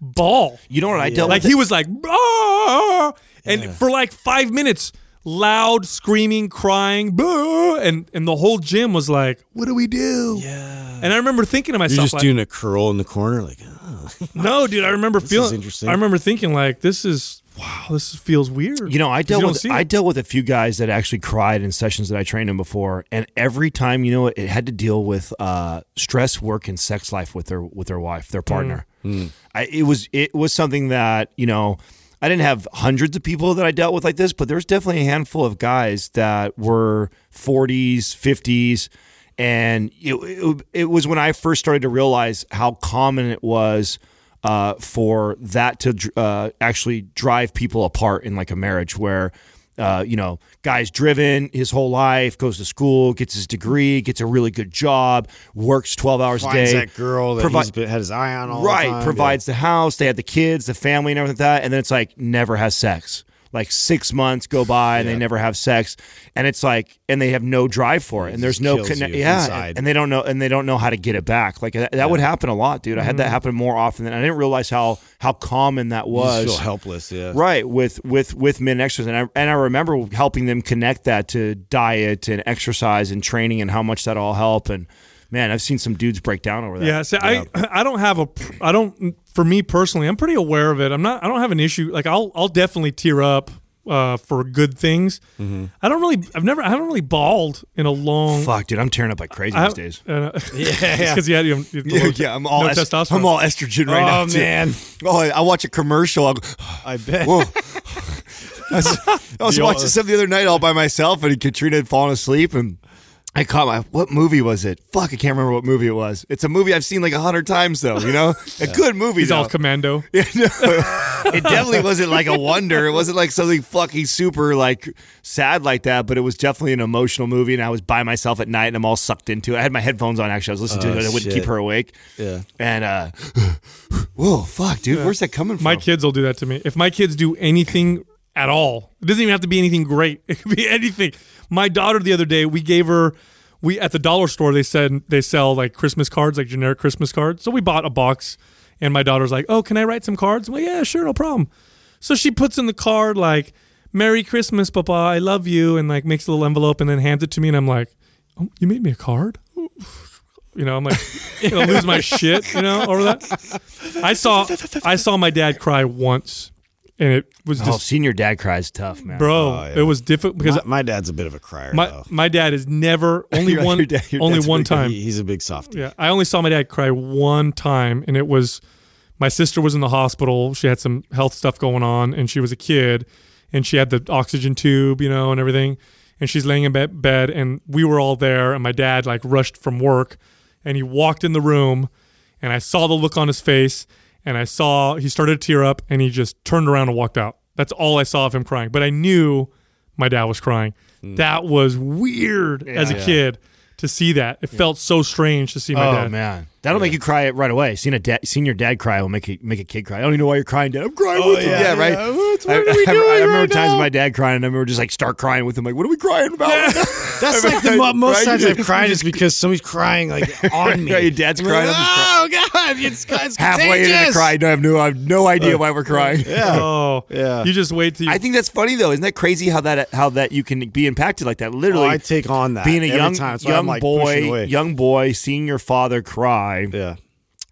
bawl.
You know what I dealt
Like
with?
he was like, "Bah!" and for like five minutes, loud screaming, crying, "Bah!" and and the whole gym was like, "What do we do?" Yeah. And I remember thinking to myself,
You're just
like,
doing a curl in the corner, like oh,
"No, dude." I remember feeling.
interesting.
I remember thinking like, "This is wow. This feels weird."
You know, I
'Cause
dealt
don't
with
see
I
it.
dealt with a few guys that actually cried in sessions that I trained them before, and every time, you know, it had to deal with uh, stress, work, and sex life with their with their wife, their partner.
Mm.
I, it was it was something that you know I didn't have hundreds of people that I dealt with like this, but there was definitely a handful of guys that were forties, fifties. And it, it, it was when I first started to realize how common it was uh, for that to dr- uh, actually drive people apart in like a marriage where uh, you know guy's driven his whole life goes to school gets his degree gets a really good job works 12 hours
finds
a day
that girl that
provi-
he's been, had his eye on all
right
the time.
provides the house they have the kids the family and everything like that and then it's like never has sex like six months go by and they never have sex and it's like and they have no drive for it and there's
just
no
kills
conne-
you
yeah
inside.
and they don't know and they don't know how to get it back like that, that would happen a lot dude i had that happen more often than i didn't realize how how common that
Yeah. Mm-hmm. You
was
just feel helpless. Yeah.
right with with with men extras and I, and I remember helping them connect that to diet and exercise and training and how much that all help and man i've seen some dudes break down over that
Yeah, so I I don't have a pr- I don't for me personally I'm pretty aware of it. I'm not I don't have an issue like I'll I'll definitely tear up uh, for good things. I don't really I've never I haven't really bawled in a long
Mm-hmm. fuck dude i'm tearing up like crazy
Mm-hmm. I
these days
yeah because you had you have, you have the low-
yeah, I'm all
no
est-
testosterone.
I'm all estrogen right now.
Oh,
too.
man.
Oh, I, I watch a commercial. I'll go,
I bet.
whoa. I was, I was
The
watching
old-
some the other night all by myself, and Katrina had fallen asleep, and I caught my what movie was it? Fuck, I can't remember what movie it was. It's a movie I've seen like a hundred times though. You know, a good movie.
He's
though.
all commando.
Yeah, no, it definitely wasn't like a wonder. It wasn't like something fucking super like sad like that, but it was definitely an emotional movie. And I was by myself at night and I'm all sucked into it. I had my headphones on actually. I was listening to it,
Oh,
but I wouldn't
shit.
keep her awake.
Yeah.
And uh, whoa, fuck, dude, where's that coming from?
My kids will do that to me. If my kids do anything at all, it doesn't even have to be anything great. It could be anything. My daughter the other day, we gave her we at the dollar store they said they sell like Christmas cards, like generic Christmas cards. So we bought a box and my daughter's like, "Oh, can I write some cards?" Well, yeah, sure, no problem. So she puts in the card like "Merry Christmas, Papa, I love you," and like makes a little envelope and then hands it to me, and I'm like, "Oh, you made me a card." You know, I'm like, gonna lose my shit. You know, over that. I saw, I saw my dad cry once, and it was
oh,
just,
senior dad cries tough, man.
bro, it was difficult because
My, Oh, my dad's a bit of a crier.
my
though.
my dad is never only
Your
one
dad- your
only
dad's
one
pretty good.
time.
He- he's a big softie.
Yeah, I only saw my dad cry one time, and it was my sister was in the hospital. She had some health stuff going on, and she was a kid, and she had the oxygen tube, you know, and everything. And she's laying in bed, bed, and we were all there. And my dad like rushed from work, and he walked in the room, and I saw the look on his face, and I saw he started to tear up, and he just turned around and walked out. That's all I saw of him crying. But I knew my dad was crying.
Mm.
That was weird as a kid to see that. It felt so strange to see my
oh
dad.
man, that'll make you cry right away. Seeing a da- seeing your dad cry will make a, make a kid cry. I don't even know why you're crying, Dad. I'm crying with you.
Oh, yeah, yeah.
right.
What- what
I,
are we
I- I
doing
remember
right
times
now?
my dad crying. and I remember just like start crying with him. Like, what are we crying about?
That's like the mo- most times I've cried is because somebody's crying like on me.
Yeah, your dad's
I'm
crying,
Like,
I'm just
oh god, it's, it's
Halfway into the
contagious.
cry, I have no, I have no idea why we're crying.
Oh,
Yeah.
You just wait till you
I think that's funny though. Isn't that crazy how that how that you can be impacted like that? Literally,
Oh, I take on that
being a
every
young
time. That's why
young
I'm, like, pushing
boy,
away.
young boy, seeing your father cry
Yeah,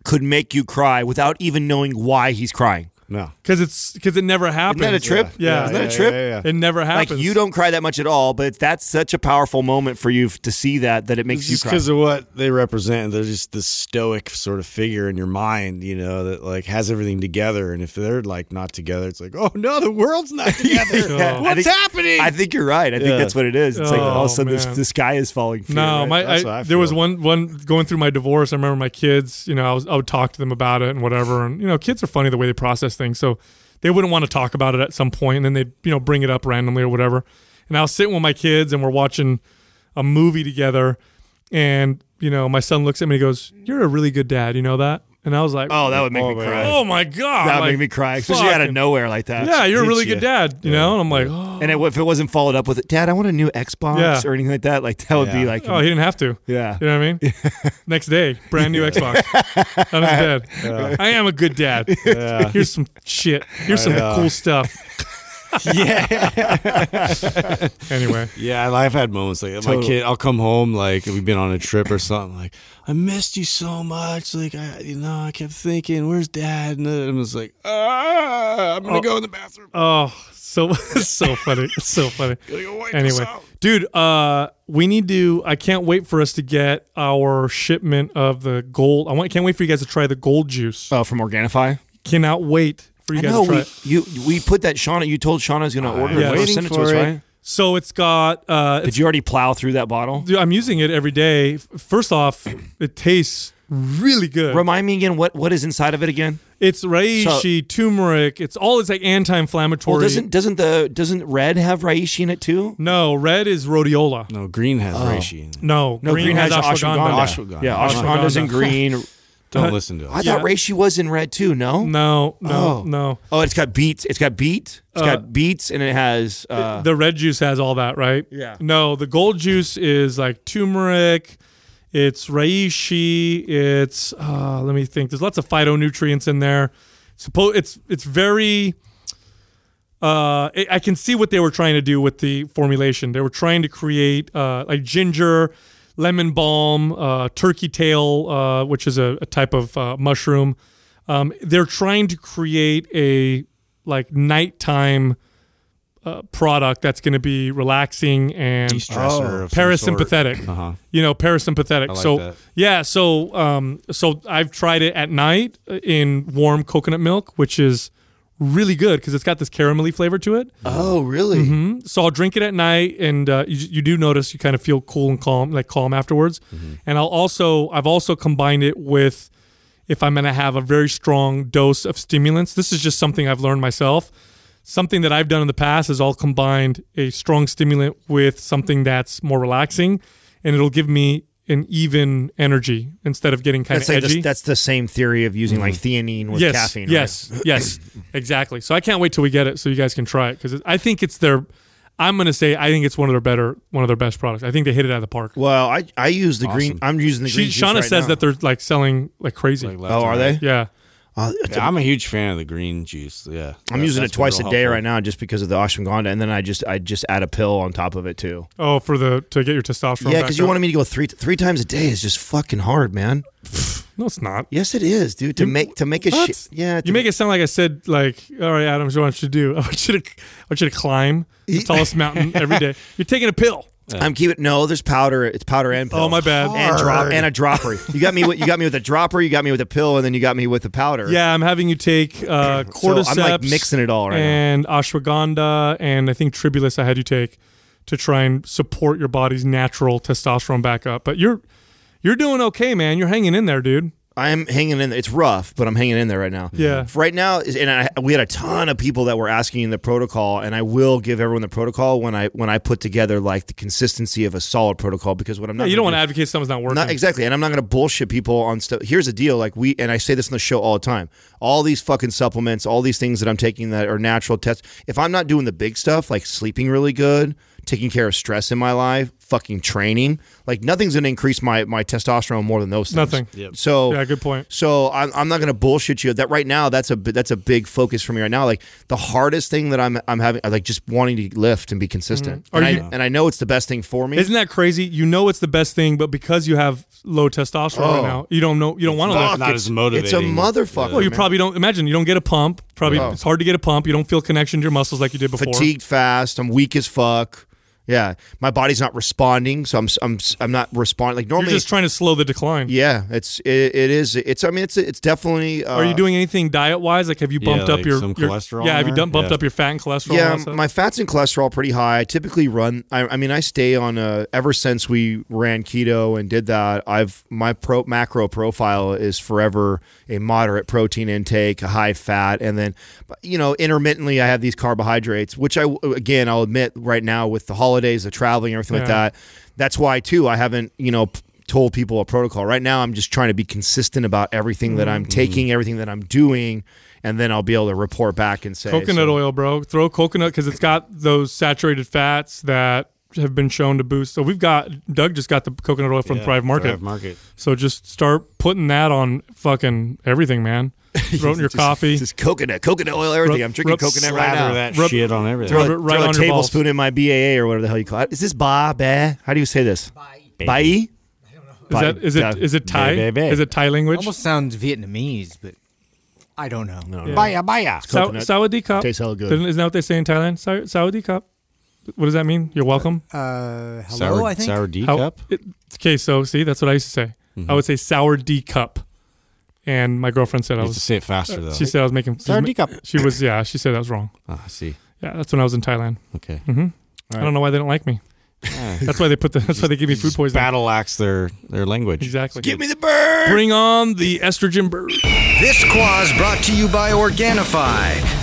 could make you cry without even knowing why he's crying.
no.
because it's because it never happens.
Isn't that a trip?
Yeah.
Isn't that
yeah,
a trip?
yeah, yeah.
It never
Like
happens.
you don't cry that much at all, but that's such a powerful moment for you f- to see that that it makes
It's
you
just
cry.
because of what they represent. They're just this stoic sort of figure in your mind, you know, that like has everything together. And if they're like not together, it's like, oh no, the world's not together.
Yeah.
What's
I think-
happening?
I think you're right. I think
Yeah.
that's what it is. It's like all of a
Oh,
sudden this,
man.
the sky is falling. for you,
No,
right?
my
That's
I,
what I
there was
feel.
one one going through my divorce. I remember my kids. You know, I, was, I would talk to them about it and whatever. And you know, kids are funny the way they process things. So they wouldn't want to talk about it at some point, and then they you know bring it up randomly or whatever. And I was sitting with my kids, and we're watching a movie together. And you know, my son looks at me and he goes, "You're a really good dad." You know that? And I was like,
oh, that would make
Oh,
me
man.
cry.
oh my god!"
that would
like,
make me cry, especially out of
fucking-
nowhere like that.
Yeah, you're a
hits
really good
ya.
dad. You know, and I'm like, oh,
And it, if it wasn't followed up with, Dad, I want a new Xbox
Yeah.
or anything like that, like that would be
Yeah.
like,
oh, he didn't have to.
yeah.
You know what I mean? Next day, brand new Xbox. On his bed. I am a good dad. Here's some shit. Here's some
uh,
cool stuff. yeah. anyway,
Yeah, and I've had moments like my kid. I'll come home like we've been on a trip or something. Like I missed you so much. Like I, you know, I kept thinking, "Where's Dad?" And I was like, "Ah, I'm gonna go in the bathroom."
oh, so it's so funny. It's so funny.
go wipe this
Anyway,
out.
dude, uh, we need to. I can't wait for us to get our shipment of the gold. I want. Can't wait for you guys to try the gold
Uh,
juice.
Oh, from Organifi.
Cannot wait for you
I
guys
know
to try.
we
it.
you we put that Shauna. You told Shauna was going to order
yeah.
it. They'll
waiting
Send it to
for
us,
it.
right?
So it's got. Uh,
Did you already plow through that bottle?
Dude, I'm using it every day. F- First off, it tastes really good.
Remind me again what what is inside of it again?
it's reishi, turmeric. It's all it's like anti-inflammatory.
Well, doesn't doesn't the doesn't red have reishi in it too?
no, red is rhodiola.
No, green
Oh.
has reishi. In it.
No,
No, green, has ashwagandha.
Ashwagandha.
Yeah,
Ashwagandha.
ashwagandha's in green.
Don't listen to
I
us.
thought reishi was in red too. No.
No, no,
Oh.
no.
Oh, it's got beets. It's got beet. It's got beets, and it has. Uh,
Uh, The red juice has all that, right?
Yeah.
No, the gold juice is like turmeric. It's reishi. It's uh, let me think. There's lots of phytonutrients in there. Suppo- it's it's very. Uh, I I can see what they were trying to do with the formulation. They were trying to create uh, like ginger, lemon balm, uh, turkey tail, uh, which is a, a type of uh, mushroom. Um, they're trying to create a like nighttime uh, product that's going to be relaxing and
Stressor of some
parasympathetic.
sort. Uh-huh.
You know, parasympathetic.
like
so
that.
yeah, so um, so I've tried it at night uh, in warm coconut milk, which is really good because it's got this caramelly flavor to it. Mm-hmm.
Oh, really?
So I'll drink it at night, and uh, you, you do notice you kind of feel cool and calm, like calm afterwards.
Mm-hmm.
And I'll also I've also combined it with if I'm going to have a very strong dose of stimulants. This is just something I've learned myself. Something that I've done in the past is I'll combine a strong stimulant with something that's more relaxing, and it'll give me an even energy instead of getting kind
that's
of
like
edgy. Mm-hmm.
the, that's the same theory of using like theanine with
yes,
caffeine. right?
yes, yes, exactly. So I can't wait till we get it, so you guys can try it because I think it's their. I'm gonna say I think it's one of their better, one of their best products. I think they hit it out of the park.
Well, I I use the green.
Awesome.
I'm using the
She,
green.
Shauna says that they're like selling like crazy.
Like left
Oh,
and
are
right.
they?
yeah,
Yeah, I'm a huge fan of the green juice. Yeah,
I'm using it twice a day right now just because of the ashwagandha, and then I just I just add a pill on top of it too.
Oh, for the to get your testosterone.
Yeah,
back
because you
up.
wanted me to go three three times a day is just fucking hard, man.
No, it's not.
Yes, it is, dude. To make to make a
What?
shit. Yeah, to
You make it sound like I said like, all right, Adam, so what I want you to do. I want you to, I want you to climb the tallest mountain every day. You're taking a pill.
I'm keeping no. There's powder. It's powder and pill.
Oh, my bad.
And drop and a dropper. You got me. With, you got me with a dropper. You got me with a pill, and then you got me with the powder.
Yeah, I'm having you take uh,
So
cordyceps.
I'm like mixing it all right now.
and ashwagandha, and I think tribulus. I had you take to try and support your body's natural testosterone back up. But you're you're doing okay, man. You're hanging in there, dude.
I'm hanging in. there. It's rough, but I'm hanging in there right now.
Yeah.
For right now, is- and I, we had a ton of people that were asking the protocol, and I will give everyone the protocol when I when I put together like the consistency of a solid protocol because what I'm not
you
gonna
don't want
do-
to advocate someone's not working.
Not exactly, and I'm not going to bullshit people on stuff. Here's the deal: like we, and I say this on the show all the time. All these fucking supplements, all these things that I'm taking that are natural tests. If I'm not doing the big stuff, like sleeping really good, taking care of stress in my life, fucking training, like nothing's going to increase my my testosterone more than those things.
Nothing.
So
Yeah, good point.
So I'm, I'm not going to bullshit you. That right now, that's a bi- that's a big focus for me right now. Like the hardest thing that I'm I'm having, like just wanting to lift and be consistent.
Mm-hmm. Are
and,
you-
I, and I know it's the best thing for me.
Isn't that crazy? You know it's the best thing, but because you have low testosterone
Oh.
right now, you don't know you don't want to
Fuck,
lift.
not
it's-
as motivating.
It's a motherfucker.
Well, you
man.
probably don't imagine you don't get a pump. Probably it's hard to get a pump. You don't feel connection to your muscles like you did before.
fatigued fast. I'm weak as fuck. Yeah, my body's not responding, so I'm I'm I'm not responding like
You're
normally.
just trying to slow the decline.
yeah, it's it, it is it's I mean it's it's definitely. Uh,
Are you doing anything diet wise? Like, have you
Yeah,
bumped up
like
your,
some
your-
cholesterol
Yeah, have you
there?
done, bumped
Yeah.
up your fat and cholesterol? and
Yeah,
all that
my
stuff?
fats and cholesterol are pretty high. I typically run. I, I mean, I stay on. Uh, ever since we ran keto and did that, I've my pro macro profile is forever a moderate protein intake, a high fat, and then you know intermittently I have these carbohydrates, which I again I'll admit right now with the holidays, the traveling, everything like
Yeah.
that. That's why too I haven't you know. p- Told people a protocol. Right now, I'm just trying to be consistent about everything that
Mm-hmm.
I'm taking, everything that I'm doing, and then I'll be able to report back and say
coconut
so-
oil, bro. Throw coconut because it's got those saturated fats that have been shown to boost. So we've got Doug just got the coconut oil from Thrive Market.
Thrive Market.
So just start putting that on fucking everything, man. Throw it in your
Just-
coffee.
Just coconut, coconut oil, everything.
Rub-
I'm drinking
rub
coconut right
Lather
now.
that
Rub-
shit on
Throw,
everything.
Rub
a-
it right
throw a
on your balls.
tablespoon in my BAA or whatever the hell you call it. Is this ba ba? How do you say this? Bai.
Is that is it is it Thai?
Bae, bae, bae.
Is it Thai language?
Almost sounds Vietnamese, but I don't know.
Baya baya.
Sa- Sawadee cup.
Tastes hella good.
Isn't that what they say in Thailand? Sa- Sawadee cup. What does that mean? You're welcome.
Uh, hello,
Sour,
I think.
sour D
How-
cup.
it- okay, so see, that's what I used to say.
Mm-hmm.
I would say sour D cup, and my girlfriend said I
You have to
was.
say it faster though.
She said I was making.
Sour D cup.
She was yeah. She said I was wrong.
Ah, I see.
Yeah, that's when I was in Thailand.
Okay.
I don't know why they didn't like me.
Ah.
That's why they put the. That's why they gave me food
Just
poisoning.
Battle axe their their language.
Exactly.
Give me the bird.
Bring on the estrogen bird.
This quaz brought to you by Organifi.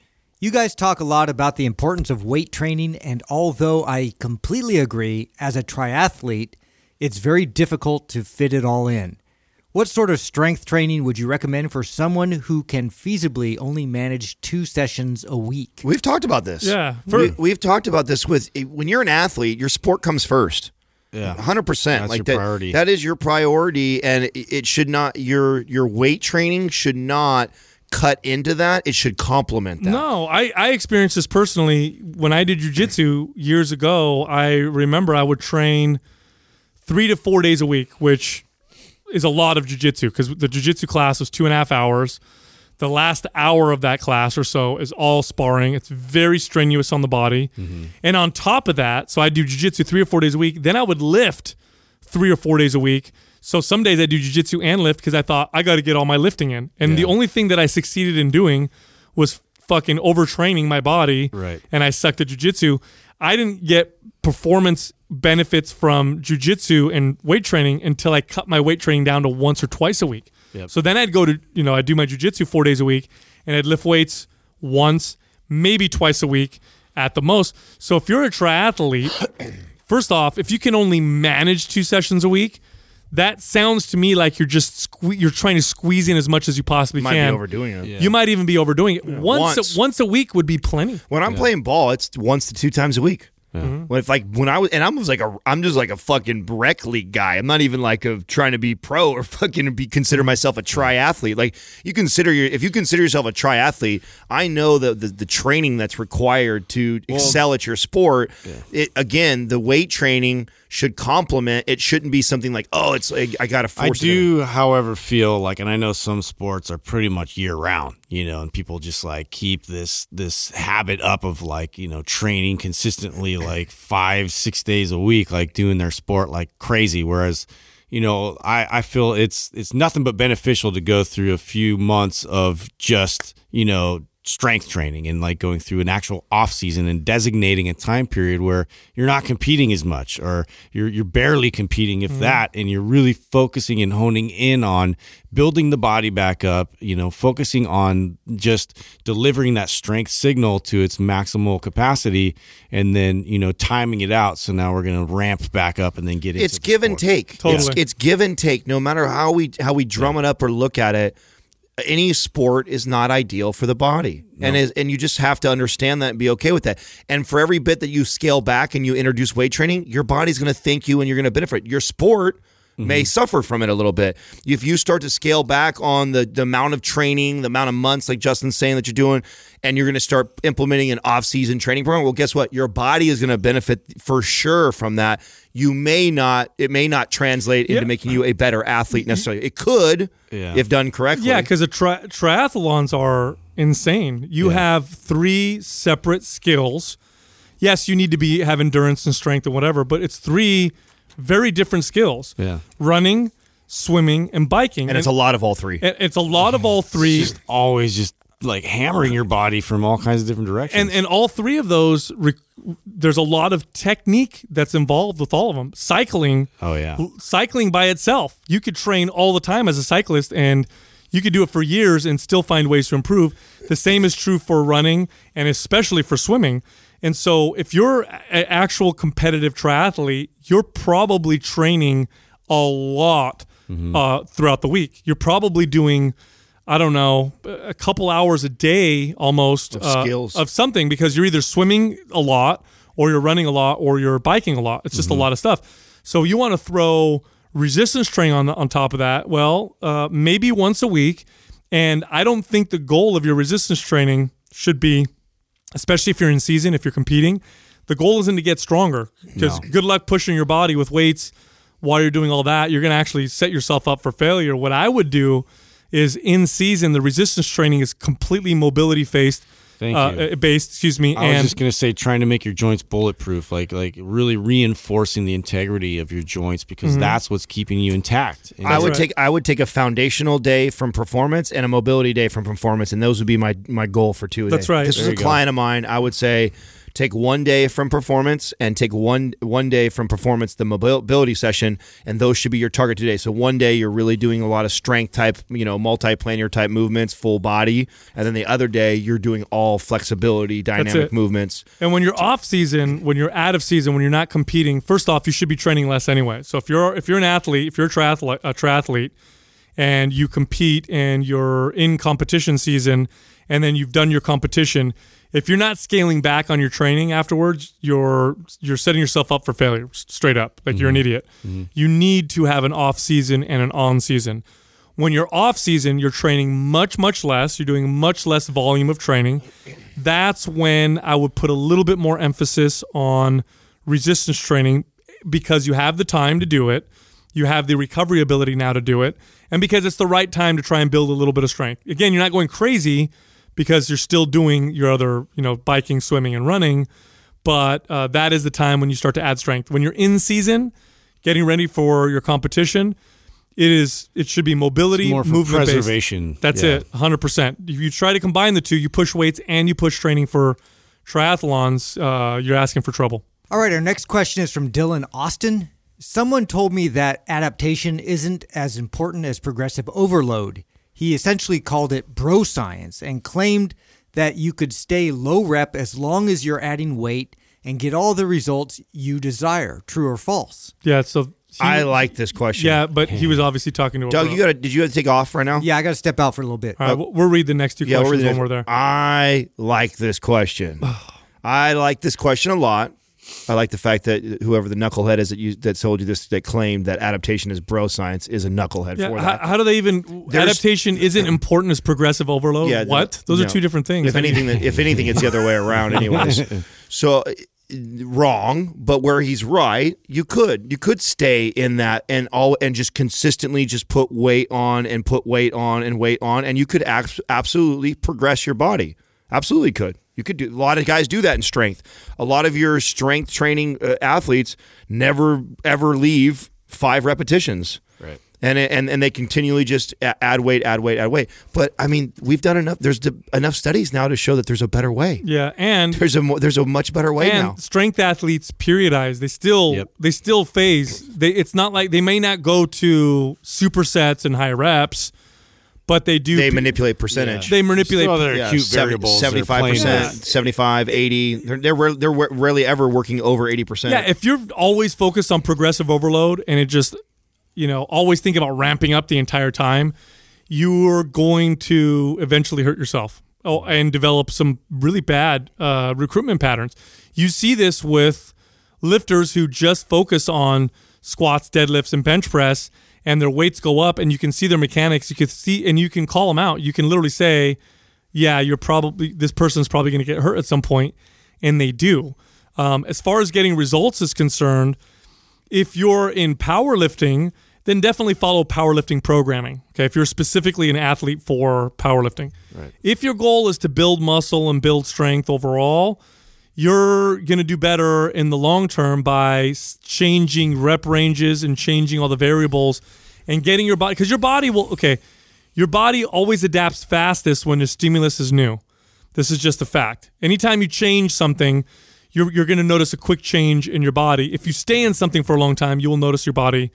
You guys talk a lot about the importance of weight training, and although I completely agree, as a triathlete, it's very difficult to fit it all in. What sort of strength training would you recommend for someone who can feasibly only manage two sessions a week?
We've talked about this.
Yeah.
we, we've talked about this with when you're an athlete, your sport comes first.
Yeah.
hundred percent.
That's
Like
your
that,
priority.
that is your priority, and it- it should not. Your your weight training should not cut into that. It should complement that.
No, I, I experienced this personally when I did jujitsu years ago. I remember I would train three to four days a week, which is a lot of jujitsu because the jujitsu class was two and a half hours. The last hour of that class or so is all sparring. It's very strenuous on the body. And on top of that, so I do jujitsu three or four days a week. Then I would lift three or four days a week. So some days I do jujitsu and lift because I thought I got to get all my lifting in. And the only thing that I succeeded in doing was fucking overtraining my body.
Right.
And I sucked at jujitsu. I didn't get performance benefits from jujitsu and weight training until I cut my weight training down to once or twice a week. So then I'd go to, you know, I'd do my jujitsu four days a week and I'd lift weights once, maybe twice a week at the most. So if you're a triathlete, first off, if you can only manage two sessions a week, that sounds to me like you're just sque- you're trying to squeeze in as much as you possibly
might
can.
be overdoing it.
You might even be overdoing it. Once
Once.
once a week would be plenty.
When I'm playing ball, it's once to two times a week.
Mm-hmm.
Well, if like when I was, and I was like a, I'm just like a fucking rec league guy. I'm not even like a trying to be pro or fucking be consider myself a triathlete. Like you consider your, if you consider yourself a triathlete, I know the the, the training that's required to excel at your sport. It again, the weight training should complement. It shouldn't be something like, oh, it's I, I got to
I
force. it in.
do, however, feel like, and I know some sports are pretty much year round, you know, and people just like keep this this habit up of like you know training consistently, like five six days a week, like doing their sport like crazy. Whereas, you know, I I feel it's it's nothing but beneficial to go through a few months of just you know strength training and like going through an actual off season and designating a time period where you're not competing as much or you're you're barely competing
Mm-hmm.
if that and you're really focusing and honing in on building the body back up, you know, focusing on just delivering that strength signal to its maximal capacity and then, you know, timing it out so now we're going to ramp back up and then get into the
it's give and
sport.
take. It's,
Totally.
it's give and take. No matter how we how we drum it up or look at it, any sport is not ideal for the body, and is, and you just have to understand that and be okay with that. And for every bit that you scale back and you introduce weight training, your body's going to thank you and you're going to benefit. Your sport.
Mm-hmm.
May suffer from it a little bit. If you start to scale back on the, the amount of training, the amount of months, like Justin's saying, that you're doing, and you're going to start implementing an off season training program, well, guess what? Your body is going to benefit for sure from that you may not it may not translate into
Yeah. Mm-hmm.
making you a better athlete necessarily it could
Yeah.
if done correctly
Yeah, because the tri- triathlons are insane. You have three separate skills. Yes, you need to be have endurance and strength and whatever, but it's three very different skills.
Yeah.
running, swimming, and biking,
and it's a lot of all three
it- it's a lot of all three.
Just always just like hammering your body from all kinds of different directions.
and and all three of those re- there's a lot of technique that's involved with all of them cycling
Oh, yeah.
cycling by itself you could train all the time as a cyclist and you could do it for years and still find ways to improve the same is true for running and especially for swimming and so if you're a- an actual competitive triathlete you're probably training a lot uh, throughout the week you're probably doing I don't know, a couple hours a day almost uh, of
skills.
of something because you're either swimming a lot or you're running a lot or you're biking a lot. It's just a lot of stuff. So you want to throw resistance training on on top of that. Well, uh, maybe once a week. And I don't think the goal of your resistance training should be, especially if you're in season, if you're competing, the goal isn't to get stronger because good luck pushing your body with weights while you're doing all that. You're going to actually set yourself up for failure. What I would do is in season, the resistance training is completely mobility faced
Thank you.
uh, based, excuse me,
I was
and
just gonna say, trying to make your joints bulletproof, like like really reinforcing the integrity of your joints because that's what's keeping you intact. And
Mm-hmm. I would
right.
take I would take a foundational day from performance and a mobility day from performance, and those would be my my goal for two. a
That's
day.
right.
If This was
There
a client of mine. I would say take one day from performance and take one one day from performance the mobility session, and those should be your target today. So one day you're really doing a lot of strength type, you know, multiplanar type movements, full body, and then the other day you're doing all flexibility, dynamic
it.
movements.
and when you're off season, when you're out of season, when you're not competing, first off, you should be training less anyway. So if you're if you're an athlete, if you're a triathlete, a triathlete, and you compete and you're in competition season, and then you've done your competition, if you're not scaling back on your training afterwards, you're you're setting yourself up for failure s- straight up. Like you're an idiot. You need to have an off season and an on season. When you're off season, you're training much, much less. You're doing much less volume of training. That's when I would put a little bit more emphasis on resistance training because you have the time to do it. You have the recovery ability now to do it. And because it's the right time to try and build a little bit of strength. Again, you're not going crazy because you're still doing your other, you know, biking, swimming, and running. But uh, that is the time when you start to add strength. When you're in season, getting ready for your competition, it is it should be mobility,
It's more for
movement, based.
preservation.
That's
Yeah.
it, hundred percent. If you try to combine the two, you push weights and you push training for triathlons. Uh, you're asking for trouble.
All right, our next question is from Dylan Austin. Someone told me that adaptation isn't as important as progressive overload. He essentially called it bro science and claimed that you could stay low rep as long as you're adding weight and get all the results you desire. True or false?
Yeah. So he-
I like this question.
Yeah, but he was obviously talking to a
Doug,
pro.
you got to did you have to take off right now?
Yeah, I got to step out for a little bit.
All right, we'll- we'll read the next two
we're
questions
the
when
next-
we're there.
I like this question. I like this question a lot. I like the fact that whoever the knucklehead is that you that sold you this that claimed that adaptation is bro science is a knucklehead
Yeah,
for
how,
that.
how do they even
There's-
adaptation isn't important as progressive overload?
Yeah,
what? Those
no.
are two different things.
If
I mean,
anything, that- if anything, it's the other way around, anyways. so uh, wrong, but where he's right, you could you could stay in that and all and just consistently just put weight on and put weight on and weight on, and you could abs- absolutely progress your body. Absolutely could. You could do a lot of guys do that in strength. A lot of your strength training uh, athletes never ever leave five repetitions. Right and and and they continually just a- add weight, add weight, add weight. But I mean, we've done enough. There's d enough studies now to show that there's a better way.
yeah, and
There's a mo- there's a much better way
and
now.
strength athletes periodize. They still they still phase. They, it's not like they may not go to supersets and high reps, but they do.
They manipulate percentage.
They manipulate.
Still other
Yeah,
acute
seven-
variables. that are
75%,
playing.
75, 80. They're, they're, rare- they're wa- rarely ever working over 80%.
yeah, if you're always focused on progressive overload and it just, you know, always think about ramping up the entire time, you're going to eventually hurt yourself oh, and develop some really bad uh, recruitment patterns. You see this with lifters who just focus on squats, deadlifts, and bench press, and their weights go up, and you can see their mechanics. You can see, and you can call them out. You can literally say, yeah, you're probably this person's probably going to get hurt at some point, and they do. Um, as far as getting results is concerned, if you're in powerlifting, then definitely follow powerlifting programming. Okay, if you're specifically an athlete for powerlifting, if your goal is to build muscle and build strength overall, you're going to do better in the long term by s- changing rep ranges and changing all the variables and getting your body because your body will okay your body always adapts fastest when the stimulus is new this is just a fact anytime you change something you're, you're going to notice a quick change in your body if you stay in something for a long time you will notice your body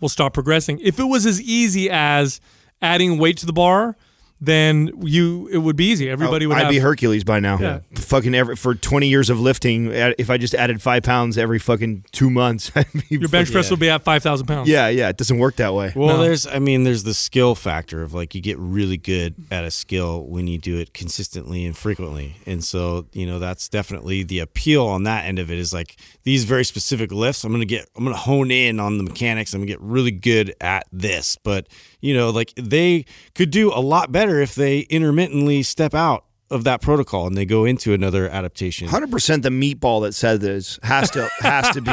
will stop progressing if it was as easy as adding weight to the bar then you it would be easy everybody would
Oh, I'd
have,
be Hercules by now.
Yeah.
Fucking every, for 20 years of lifting, ad- if I just added five pounds every fucking two months, I'd be
your bench press would be at 5000 pounds
Yeah, yeah. It doesn't work that way.
Well, there's, I mean, there's the skill factor of like you get really good at a skill when you do it consistently and frequently. And so, you know, that's definitely the appeal on that end of it is like these very specific lifts. I'm going to get, I'm going to hone in on the mechanics. I'm going to get really good at this. But, you know, like they could do a lot better if they intermittently step out of that protocol and they go into another adaptation.
Hundred percent, the meatball that said this has to has to be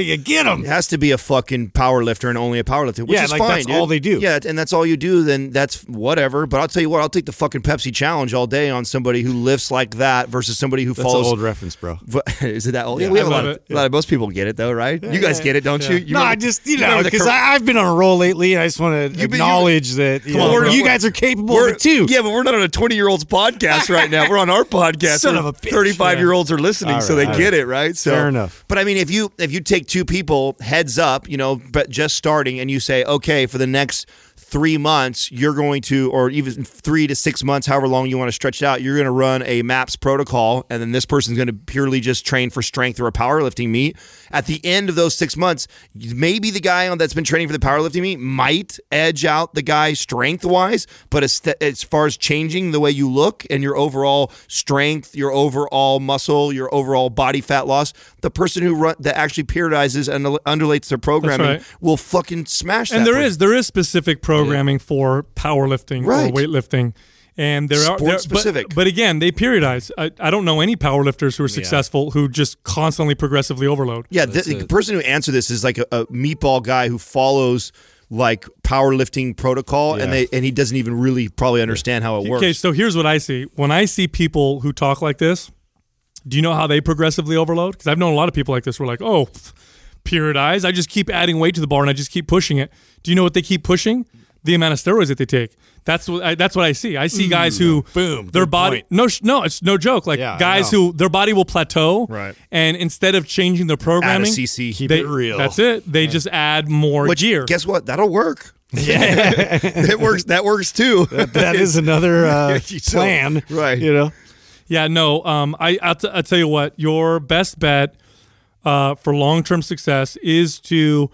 you get them.
It has to be a fucking power lifter and only a power lifter, which
Yeah,
is
like,
fine.
that's
dude.
all they do.
Yeah, and that's all you do. Then that's whatever. But I'll tell you what, I'll take the fucking Pepsi challenge all day on somebody who lifts like that versus somebody who
That's an
falls.
old reference, bro.
But- is it that old? Yeah, we have a lot,
love
of, a lot of most people get it though, right? you guys get it, don't you? you
no,
remember-
I just you know
remember the
because
cur-
I've been on a roll lately, and I just want to
You've been-
acknowledge that you,
Come on,
know,
bro.
you guys are capable of
We're
it too.
Yeah, but we're not on a twenty-year-old's podcast right now. We're on our podcast.
Son of a bitch.
Thirty-five-year-olds are listening,
All
so they
right, all
get it, right? So
Fair enough.
But I mean, if you if you take two people heads up, you know, but just starting, and you say, okay, for the next three months, you're going to, or even three to six months, however long you want to stretch it out, you're going to run a MAPS protocol, and then this person's going to purely just train for strength or a powerlifting meet. At the end of those six months, maybe the guy on- that's been training for the powerlifting meet might edge out the guy strength wise, but as, as far as changing the way you look and your overall strength, your overall muscle, your overall body fat loss, the person who run, that actually periodizes and underlates their programming
right.
will fucking smash.
and
that
there
person.
is there is specific programming for powerlifting
Right.
or weightlifting and there are
Sport
there, but-
specific.
but, again they periodize I, I don't know any powerlifters who are successful who just constantly progressively overload
Yeah, the, the person who answered this is like a, a meatball guy who follows like powerlifting protocol, and they and he doesn't even really probably understand how it works.
okay so here's what i see when i see people who talk like this do you know how they progressively overload because i've known a lot of people like this who are like oh pff, periodize i just keep adding weight to the bar and i just keep pushing it do you know what they keep pushing the amount of steroids that they take that's what I, that's what i see i see guys who
Boom.
their
Good
body
point.
no sh- no it's no joke like
Yeah, I
guys
know.
who their body will plateau
Right.
and instead of changing their
Add a
programming
CC.
Keep
they-
it real.
that's it they just add more
But
gear
Guess what? That'll work. it works. That works too.
That is another uh,
So,
plan,
right.
You know,
Yeah, no. Um, I I'll, t- I'll tell you what. Your best bet uh, for long term success is to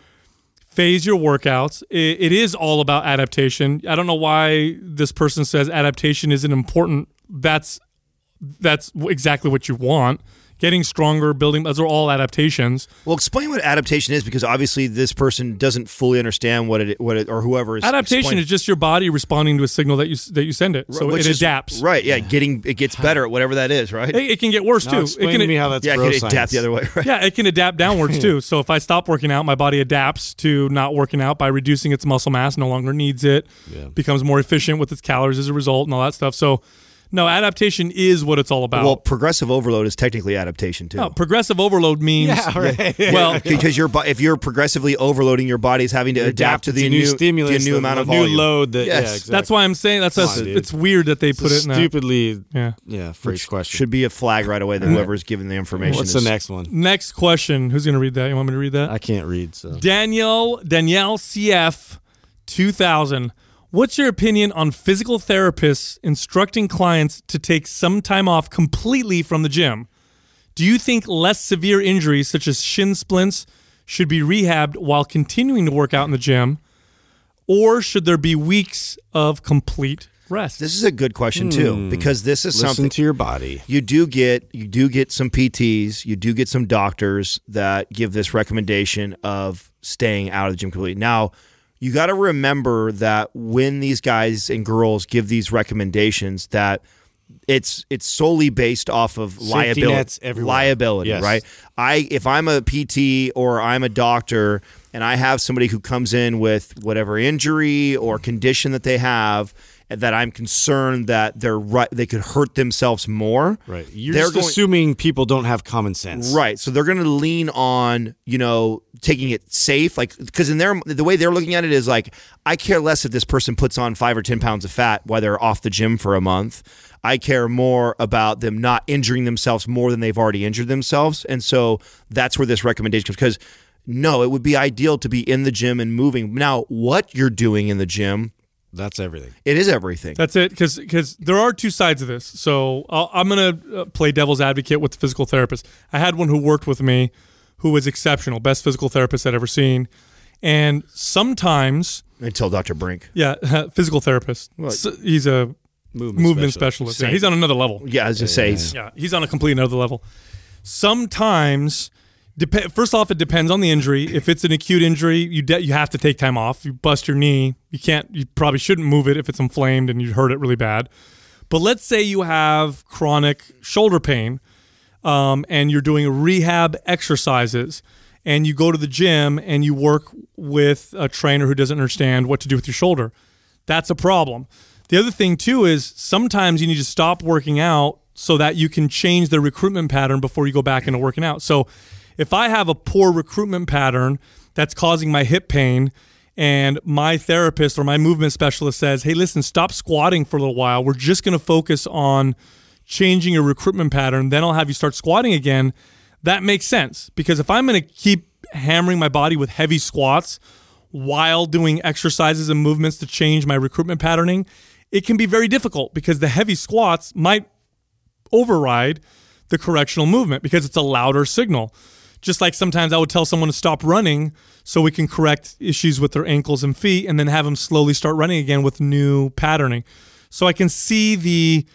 phase your workouts. I it is all about adaptation. I don't know why this person says adaptation isn't important. That's that's w- exactly what you want. getting stronger, building. Those are all adaptations.
Well, explain what adaptation is because obviously this person doesn't fully understand what it what it or whoever is
Adaptation
explaining-
is just your body responding to a signal that you s- that you send it, so
which
it
is-
adapts.
Right, yeah, getting it gets better at whatever that is, right?
It, it can get worse
Now
too.
explain
it can
to me how that's
yeah,
bro
it can adapt
science.
the other way, right?
Yeah, it can adapt downwards too. So if I stop working out, my body adapts to not working out by reducing its muscle mass, no longer needs it, becomes more efficient with its calories as a result, and all that stuff. So, no, adaptation is what it's all
Oh.
about.
Well, progressive overload is technically adaptation too.
No, progressive overload means well,
because your bo- if you're progressively overloading your body's having to adapt to the
new,
new
stimulus,
the new
the
amount of
new
volume.
load. That,
Yes.
yeah, exactly.
that's why I'm saying that's
Come on,
a,
dude.
it's weird that they put
It's a
it in that.
stupidly.
Yeah.
yeah, phrase question.
Should be a flag right away that whoever's giving the information.
Mm-hmm. What's the
is-
next one?
Next question. Who's gonna read that? You want me to read that?
I can't read. So
Danielle Danielle CF 2000. What's your opinion on physical therapists instructing clients to take some time off completely from the gym? Do you think less severe injuries such as shin splints should be rehabbed while continuing to work out in the gym or should there be weeks of complete rest?
This is a good question too because this is
Hmm. listen
something
to your body.
you do get you do get some PTs, you do get some doctors that give this recommendation of staying out of the gym completely. Now, you got to remember that when these guys and girls give these recommendations that it's it's solely based off of liability
nets everywhere.
liability,
Yes.
right? I if I'm a PT or I'm a doctor and I have somebody who comes in with whatever injury or condition that they have that I'm concerned that they're right they could hurt themselves more.
Right. You're
they're
just
going
assuming people don't have common sense.
Right. So they're going to lean on, you know, taking it safe. Like, because in their, the way they're looking at it is like, I care less if this person puts on five or 10 pounds of fat while they're off the gym for a month. I care more about them not injuring themselves more than they've already injured themselves. And so that's where this recommendation comes. Because no, it would be ideal to be in the gym and moving. Now, what you're doing in the gym,
That's everything.
it is everything.
That's it, because there are two sides of this. So I'll, I'm going to play devil's advocate with the physical therapist. I had one who worked with me, who was exceptional, best physical therapist I'd ever seen. And sometimes,
Until Dr. Brink.
yeah, physical therapist. S- he's a movement, specialist. Yeah, he's on another level.
Yeah, as I say, it's-
Yeah, he's on a complete another level. Sometimes, dep- first off, it depends on the injury. If it's an acute injury, you de- you have to take time off. You bust your knee, you can't. You probably shouldn't move it if it's inflamed and you hurt it really bad. But let's say you have chronic shoulder pain, um, and you're doing rehab exercises, and you go to the gym and you work with a trainer who doesn't understand what to do with your shoulder. That's a problem. The other thing too is sometimes you need to stop working out so that you can change the recruitment pattern before you go back into working out. So if I have a poor recruitment pattern that's causing my hip pain and my therapist or my movement specialist says, "Hey, listen, stop squatting for a little while. We're just going to focus on changing your recruitment pattern, then I'll have you start squatting again." That makes sense because if I'm going to keep hammering my body with heavy squats while doing exercises and movements to change my recruitment patterning, it can be very difficult because the heavy squats might override the correctional movement because it's a louder signal. Just like sometimes I would tell someone to stop running so we can correct issues with their ankles and feet and then have them slowly start running again with new patterning. So I can see the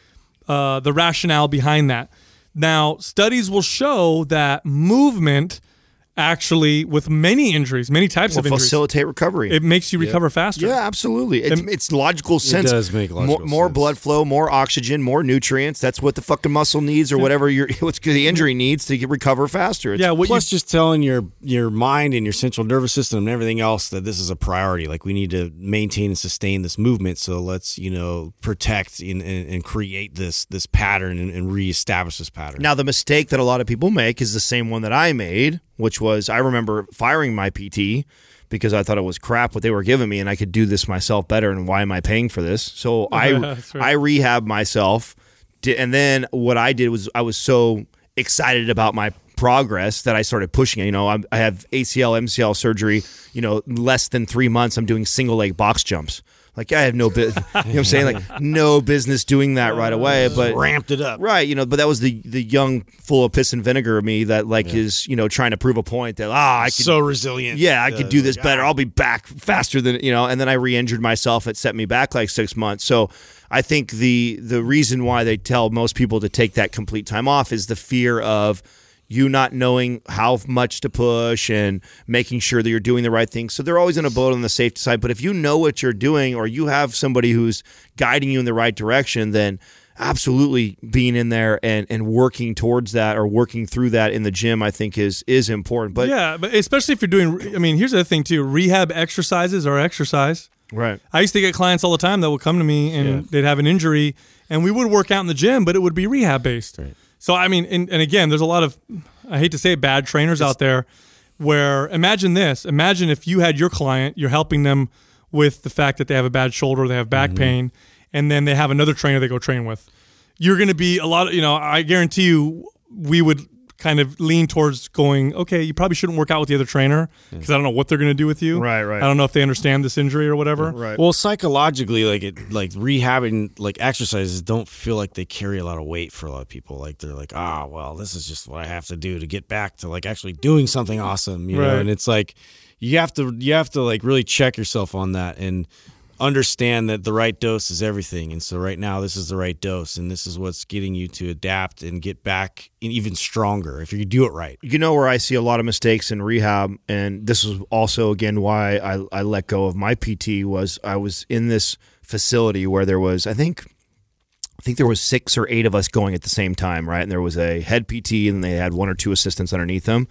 uh, the rationale behind that. Now, studies will show that movement actually with many injuries, many types of
will
injuries,
facilitate recovery.
it makes you recover faster.
Yeah, absolutely. It's, it's logical sense.
does make logical
more, more
sense.
blood flow, more oxygen, more nutrients. That's what the fucking muscle needs, or whatever your what's the injury needs to get, recover faster. It's-
Yeah, what you
Plus, just telling your your mind and your central nervous system and everything else that this is a priority. Like we need to maintain and sustain this movement. So let's you know protect and, and, and create this this pattern and, and reestablish this pattern.
Now the mistake that a lot of people make is the same one that I made, which was I remember firing my PT because I thought it was crap what they were giving me, and I could do this myself better. And why am I paying for this? So I
That's right.
I rehabbed myself, di- and then what I did was I was so excited about my progress that I started pushing it. You know, I'm, I have ACL MCL surgery. You know, less than three months, I'm doing single leg box jumps. Like I have no bit, you know what I'm saying? Like no business doing that right away, but
ramped it up.
Right, you know, but that was the the young full of piss and vinegar of me that like is, you know, trying to prove a point that ah, I could
so resilient.
yeah, I could do this
Uh,
better. I'll be back faster than you know. And then I re-injured myself. It set me back like six months. So I think the the reason why they tell most people to take that complete time off is the fear of you not knowing how much to push and making sure that you're doing the right thing. So they're always in a boat on the safety side. But if you know what you're doing or you have somebody who's guiding you in the right direction, then absolutely being in there and, and working towards that or working through that in the gym, I think is is important. But
yeah, but especially if you're doing. I mean, here's the other thing too: rehab exercises are exercise.
right.
I used to get clients all the time that would come to me and they'd have an injury, and we would work out in the gym, but it would be rehab based. So I mean, and, and again, there's a lot of, I hate to say, it, bad trainers out there. Where imagine this: imagine if you had your client, you're helping them with the fact that they have a bad shoulder, they have back
Mm-hmm.
pain, and then they have another trainer they go train with. You're going to be a lot. Of, you know, I guarantee you, we would kind of lean towards going, okay, you probably shouldn't work out with the other trainer because I don't know what they're going to do with you.
Right, right.
I don't know if they understand this injury or whatever. Right.
Well, psychologically, like it, like rehabbing, like exercises don't feel like they carry a lot of weight for a lot of people. Like they're like, ah, well, this is just what I have to do to get back to like actually doing something awesome, you
Right.
know. And it's like you have to you have to like really check yourself on that and understand that the right dose is everything. And so right now, this is the right dose, and this is what's getting you to adapt and get back and even stronger if you do it right.
you know where I see a lot of mistakes in rehab, and this was also again why I, I let go of my PT was I was in this facility where there was I think I think there was six or eight of us going at the same time, right? And there was a head PT, and they had one or two assistants underneath them,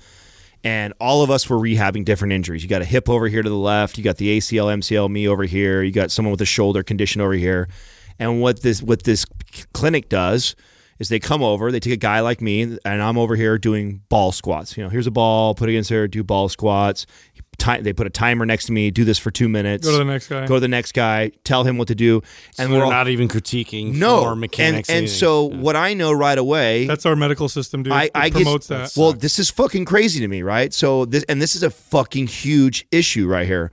and all of us were rehabbing different injuries. You got a hip over here to the left, you got the ACL, MCL, me over here, you got someone with a shoulder condition over here, and what this what this clinic does is they come over, they take a guy like me, and I'm over here doing ball squats. You know, here's a ball, put it against there, do ball squats. Ti- they put a timer next to me, do this for two minutes.
Go to the next guy.
Go to the next guy, tell him what to do, and
And we're
all-
not even critiquing
no
form, mechanics,
And, and
anything.
so what I know right away,
That's our medical system, dude.
I, I
it promotes
get,
that.
Well, this is fucking crazy to me, right? So this and this is a fucking huge issue right here.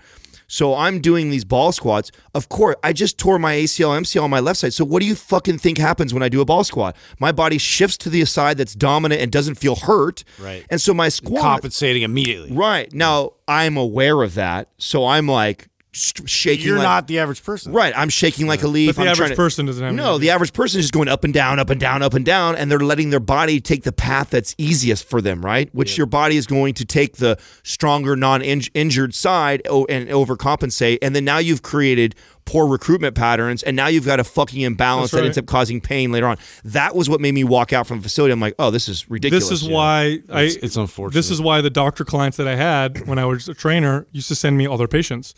So I'm doing these ball squats. Of course, I just tore my ACL, MCL on my left side. So what do you fucking think happens when I do a ball squat? My body shifts to the side that's dominant and doesn't feel hurt.
Right.
And so my squat.
compensating immediately.
right now, I'm aware of that. So I'm like st- shaking.
You're
like-
not the average person.
Right, I'm shaking like a
But
leaf.
the
I'm
average
trying to-
person doesn't have
No,
any-
the average person is just going up and down, up and down, up and down, and they're letting their body take the path that's easiest for them, right? Which your body is going to take the stronger, non-injured side o- and overcompensate, and then now you've created poor recruitment patterns, and now you've got a fucking imbalance
That's
that ends
right.
up causing pain later on. That was what made me walk out from the facility. I'm like, oh, this is ridiculous.
this is why I.
It's- it's unfortunate.
This is why the doctor clients that I had when I was a trainer used to send me all their patients.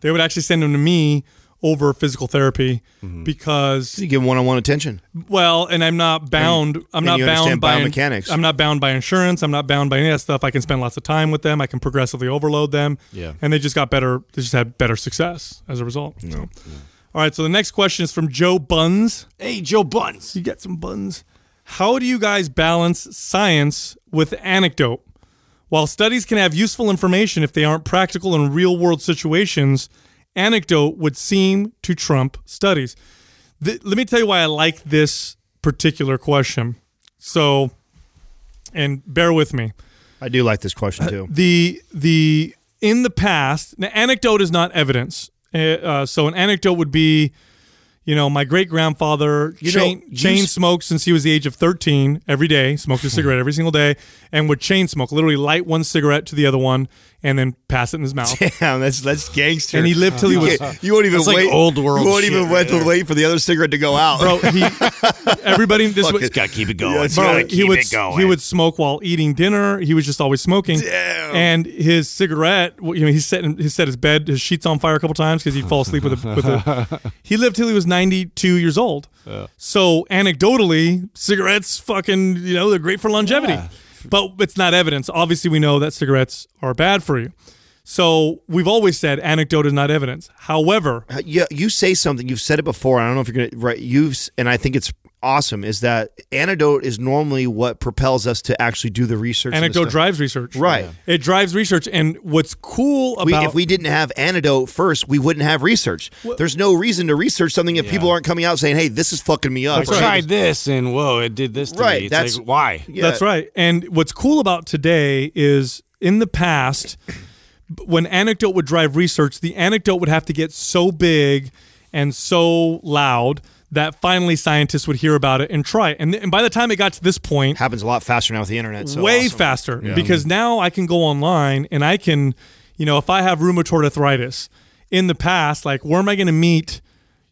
They would actually send them to me over physical therapy
Mm-hmm.
because
you give one-on-one attention.
well, and I'm not bound. I'm
and
not
you
bound
understand
by
biomechanics.
I'm not bound by insurance. I'm not bound by any of that stuff. I can spend lots of time with them. I can progressively overload them.
Yeah.
and they just got better. They just had better success as a result. So. All right, so the next question is from Joe Buns.
Hey, Joe Buns.
You get some buns. How do you guys balance science with anecdote? While studies can have useful information if they aren't practical in real world situations, anecdote would seem to trump studies. Th- let me tell you why I like this particular question. So, and bear with me
I do like this question too.
the the in the past an anecdote is not evidence uh, uh, so an anecdote would be you know my great grandfather
know,
chain,
you
chain
s-
smoked since he was the age of 13 every day smoked a cigarette every single day and would chain smoke literally light one cigarette to the other one and then pass it in his mouth
Damn, that's that's gangster.
and he lived till he was
you won't even
That's like old world shit right
to wait for the other cigarette to go out.
bro he everybody this was,
Gotta keep it going.
Yeah, it's
Bro,
Gotta
he
keep
would
it going.
he would smoke while eating dinner. He was just always smoking. And his cigarette, w- you know, he set in- he set his bed, his sheets on fire a couple times because he'd fall asleep with a with a. He lived till he was ninety two years old. So anecdotally, cigarettes, fucking, you know, they're great for longevity, but it's not evidence. Obviously, we know that cigarettes are bad for you. So we've always said anecdote is not evidence. However,
yeah, you say something. You've said it before. I don't know if you're gonna right. You've s- and I think it's awesome is that anecdote is normally what propels us to actually do the research. and the
Anecdote
stuff.
drives research.
Right.
It drives research. And what's cool about
We, if we didn't have antidote first, we wouldn't have research. There's no reason to research something if people aren't coming out saying, "Hey, this is fucking me up."
I tried this and whoa, it did this to
Right,
me. It's
that's-
like, why?
Yeah.
That's right. And what's cool about today is in the past, when anecdote would drive research, the anecdote would have to get so big and so loud that finally scientists would hear about it and try it. And, and by the time it got to this point,
Happens a lot faster now with the internet. So
way
awesome.
faster because now I can go online and I can, you know, if I have rheumatoid arthritis in the past, like where am I going to meet,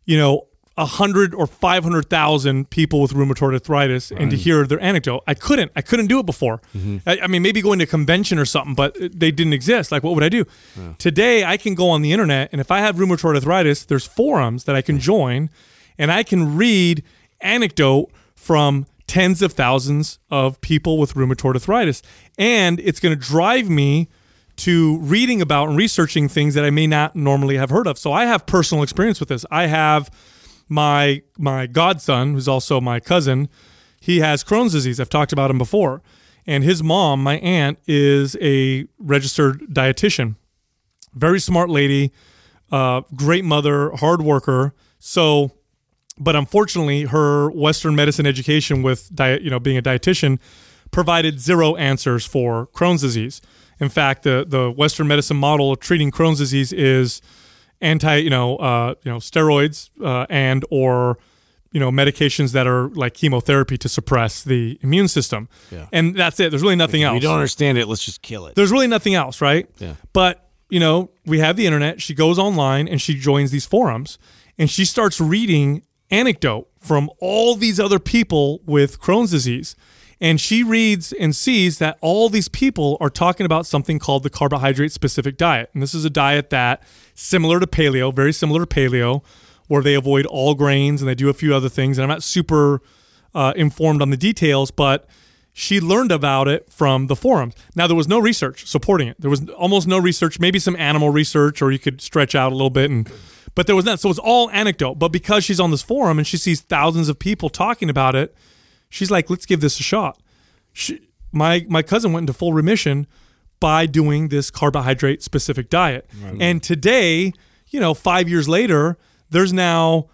you know, a hundred or five hundred thousand people with rheumatoid arthritis and to hear their anecdote? I couldn't. I couldn't do it before. I, I mean, maybe going to a convention or something, but uh, they didn't exist. Like, what would I do? Today, I can go on the internet and if I have rheumatoid arthritis, there's forums that I can join, and I can read anecdote from tens of thousands of people with rheumatoid arthritis. And it's going to drive me to reading about and researching things that I may not normally have heard of. So I have personal experience with this. I have my my godson, who's also my cousin, he has Crohn's disease. I've talked about him before. And his mom, my aunt, is a registered dietitian. Very smart lady, uh, great mother, hard worker. So but unfortunately her western medicine education with diet you know being a dietitian provided zero answers for crohn's disease in fact the the western medicine model of treating crohn's disease is anti you know uh, you know steroids uh, and or you know medications that are like chemotherapy to suppress the immune system and that's it there's really nothing
If
else
you don't understand it, let's just kill it.
there's really nothing else, right? Yeah. But, you know, we have the internet. She goes online and she joins these forums and she starts reading anecdote from all these other people with Crohn's disease. And she reads and sees that all these people are talking about something called the carbohydrate specific diet. And this is a diet that, similar to paleo, very similar to paleo, where they avoid all grains and they do a few other things. And I'm not super uh, informed on the details, but she learned about it from the forums. Now there was no research supporting it. There was almost no research, maybe some animal research, or you could stretch out a little bit and but there was not. So it's all anecdote. But because she's on this forum and she sees thousands of people talking about it, she's like, let's give this a shot. She, my my cousin went into full remission by doing this carbohydrate specific diet. And today, you know, five years later, there's now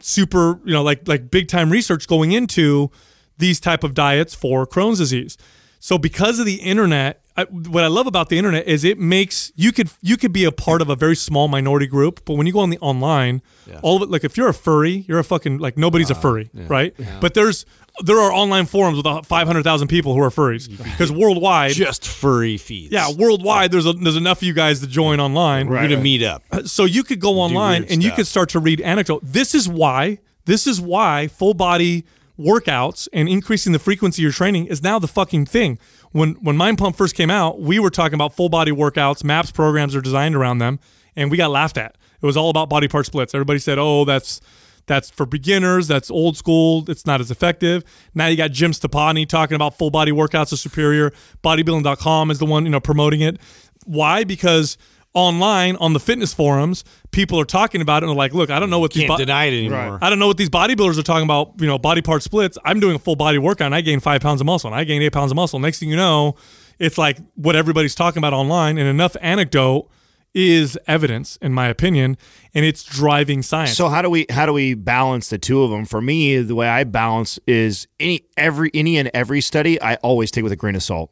super you know like like big time research going into these type of diets for Crohn's disease. So because of the internet, I, what I love about the internet is it makes you could you could be a part of a very small minority group, but when you go on the online, all of it like if you're a furry, you're a fucking like nobody's a furry, right? But there's there are online forums with a 500,000 people who are furries because worldwide,
just furry feeds.
yeah, worldwide there's a, there's enough of you guys to join online
We're gonna meet up.
so you could go online
weird
and you
stuff.
could start to read anecdote. This is why this is why full body workouts and increasing the frequency of your training is now the fucking thing. When when Mind Pump first came out, we were talking about full body workouts, MAPS programs are designed around them, and we got laughed at. It was all about body part splits. Everybody said, "Oh, that's that's for beginners. That's old school. It's not as effective. Now you got Jim Stepani talking about full body workouts are superior. Bodybuilding.com is the one you know promoting it. Why? Because online on the fitness forums, people are talking about it and they're like, "Look, I don't know what these
Can't
bo-
deny it anymore.
I don't know what these bodybuilders are talking about. You know, body part splits. I'm doing a full body workout and I gain five pounds of muscle and I gain eight pounds of muscle. Next thing you know, it's like what everybody's talking about online and enough anecdote." Is evidence, in my opinion, and it's driving science.
So how do we how do we balance the two of them? For me, the way I balance is any every any and every study I always take with a grain of salt.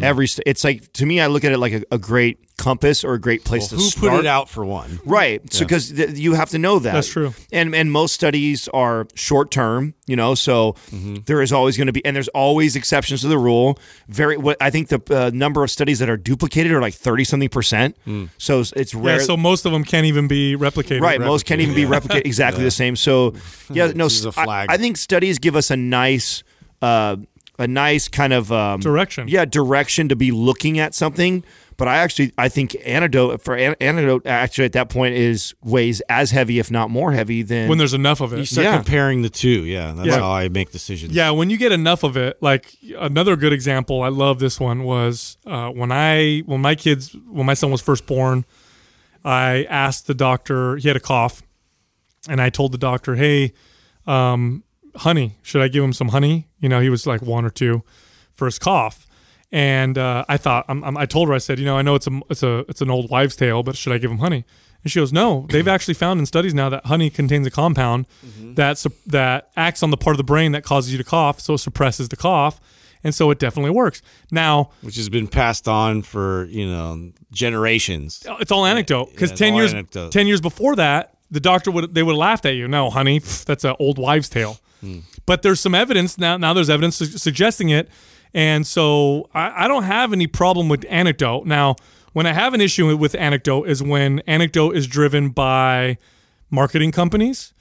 Every st- it's like to me, I look at it like a, a great compass or a great place to
Who
start.
put it out for one?
Right. So because th- you have to know that.
That's true.
And and most studies are short term, you know, so there is always going to be and there's always exceptions to the rule. Very what I think the uh, number of studies that are duplicated are like 30 something percent. So it's- it's
Yeah,
rare
so most of them can't even be replicated.
Right, most can't even be replicated exactly the same. So, yeah, no,
This is a
I-
flag.
I, think studies give us a nice, uh, a nice kind of um,
Direction.
Yeah, direction to be looking at something. But I actually, I think antidote for an, antidote actually at that point is weighs as heavy, if not more heavy, than
When there's enough of
You
it.
start
Yeah.
comparing the two. Yeah, that's
Yeah.
how I make decisions.
Yeah, when you get enough of it, like another good example, I love this one was uh, when I when my kids when my son was first born, I asked the doctor. He had a cough, and I told the doctor, "Hey, honey. Should I give him some honey? You know, he was like one or two for his cough. And uh, I thought, I'm, I'm, I told her, I said, you know, I know it's a, it's a, it's an old wives' tale, but should I give him honey? And she goes, no. They've actually found in studies now that honey contains a compound that sup- that acts on the part of the brain that causes you to cough, so it suppresses the cough, and so it definitely works. Now,
which has been passed on for you know generations.
it's all anecdote because
it's
ten
all
years
anecdote.
ten years before that, the doctor would they would have laughed at you. No, honey, pff, that's an old wives' tale.
Hmm.
But there's some evidence now. Now there's evidence su- suggesting it, and so I, I don't have any problem with anecdote. Now, when I have an issue with anecdote is when anecdote is driven by marketing companies,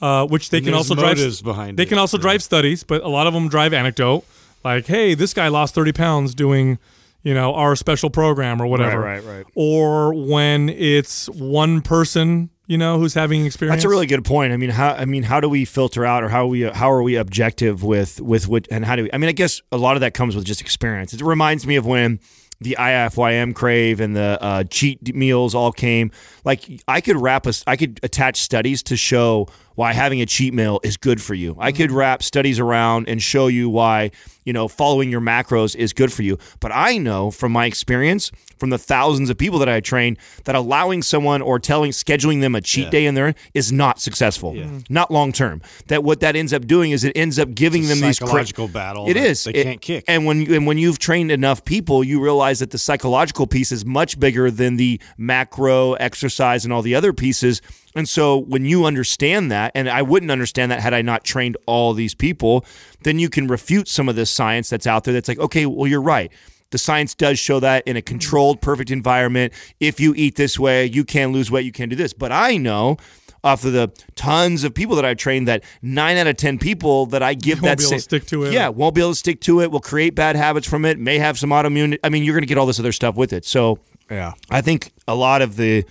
uh, which they
And
can
there's
also drive
motives behind
They
it,
can also
yeah.
drive studies, but a lot of them drive anecdote. Like, hey, this guy lost thirty pounds doing, you know, our special program or whatever.
right, right.
Or when it's one person, you know, who's having experience.
That's a really good point. I mean, how I mean, how do we filter out, or how we how are we objective with with what and how do we? I mean, I guess a lot of that comes with just experience. It reminds me of when the IFYM crave and the uh, cheat meals all came. Like, I could wrap a, s- I could attach studies to show why having a cheat meal is good for you. I could
Mm-hmm.
wrap studies around and show you why you know following your macros is good for you. But I know from my experience, from the thousands of people that I train, that allowing someone or telling scheduling them a cheat day in there is not successful, Mm-hmm. not long term. That what that ends up doing is it ends up giving
It's a
them these cra-
psychological battle
It
that
is
they
It-
can't kick.
And when you- and when you've trained enough people, you realize that the psychological piece is much bigger than the macro exercise and all the other pieces. And so when you understand that, and I wouldn't understand that had I not trained all these people, then you can refute some of this science that's out there. That's like, okay, well, you're right. The science does show that
Mm-hmm.
in a controlled, perfect environment, if you eat this way, you can lose weight, you can do this. But I know off of the tons of people that I've trained that nine out of 10 people that I give
They won't
that
be able to
sa-
stick to it.
Yeah, won't be able to stick to it, will create bad habits from it, may have some autoimmune. I mean, you're going to get all this other stuff with it. So
Yeah.
I think a lot of the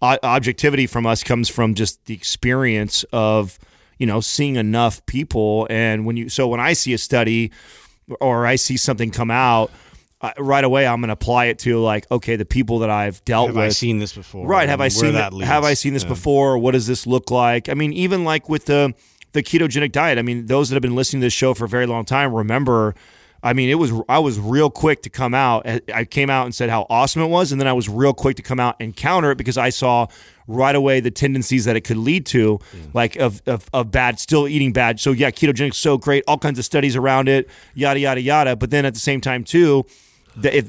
o- objectivity from us comes from just the experience of you know seeing enough people and when you so when I see a study or I see something come out I, right away I'm going to apply it to like okay the people that I've dealt
Have
with
I seen this before?
Right? Have I
Where
seen
that
that?
leads.
Have I seen this
Yeah.
before? What does this look like? I mean, even like with the the ketogenic diet. I mean, those that have been listening to this show for a very long time remember. I mean, it was I was real quick to come out. I- I came out and said how awesome it was, and then I was real quick to come out and counter it because I saw right away the tendencies that it could lead to, like of, of of bad, still eating bad. So yeah, ketogenic's so great. All kinds of studies around it, yada yada yada. But then at the same time too, that if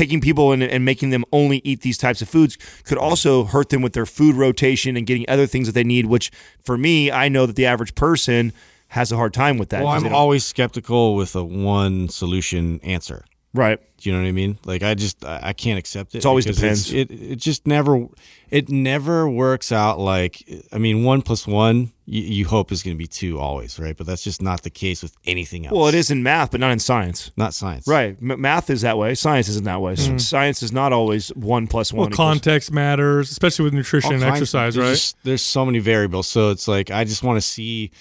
taking people and, and making them only eat these types of foods could also hurt them with their food rotation and getting other things that they need which for me i know that the average person has a hard time with that
Well,
'cause they
I'm
don't-
always skeptical with a one solution answer.
right
Do you know what I mean? Like I just I I can't accept it.
It's always
because it's- it it just never it never works out like I mean one plus one you, you hope is going to be two always right, but that's just not the case with anything else.
well it is in math but not in science
not science,
right M- math is that way science isn't that way S-
Mm.
science is not always one plus one
well,
equals-
context matters, especially with nutrition
All
and
kinds-
exercise,
there's
right?
just- there's so many variables, so it's like I just want to see.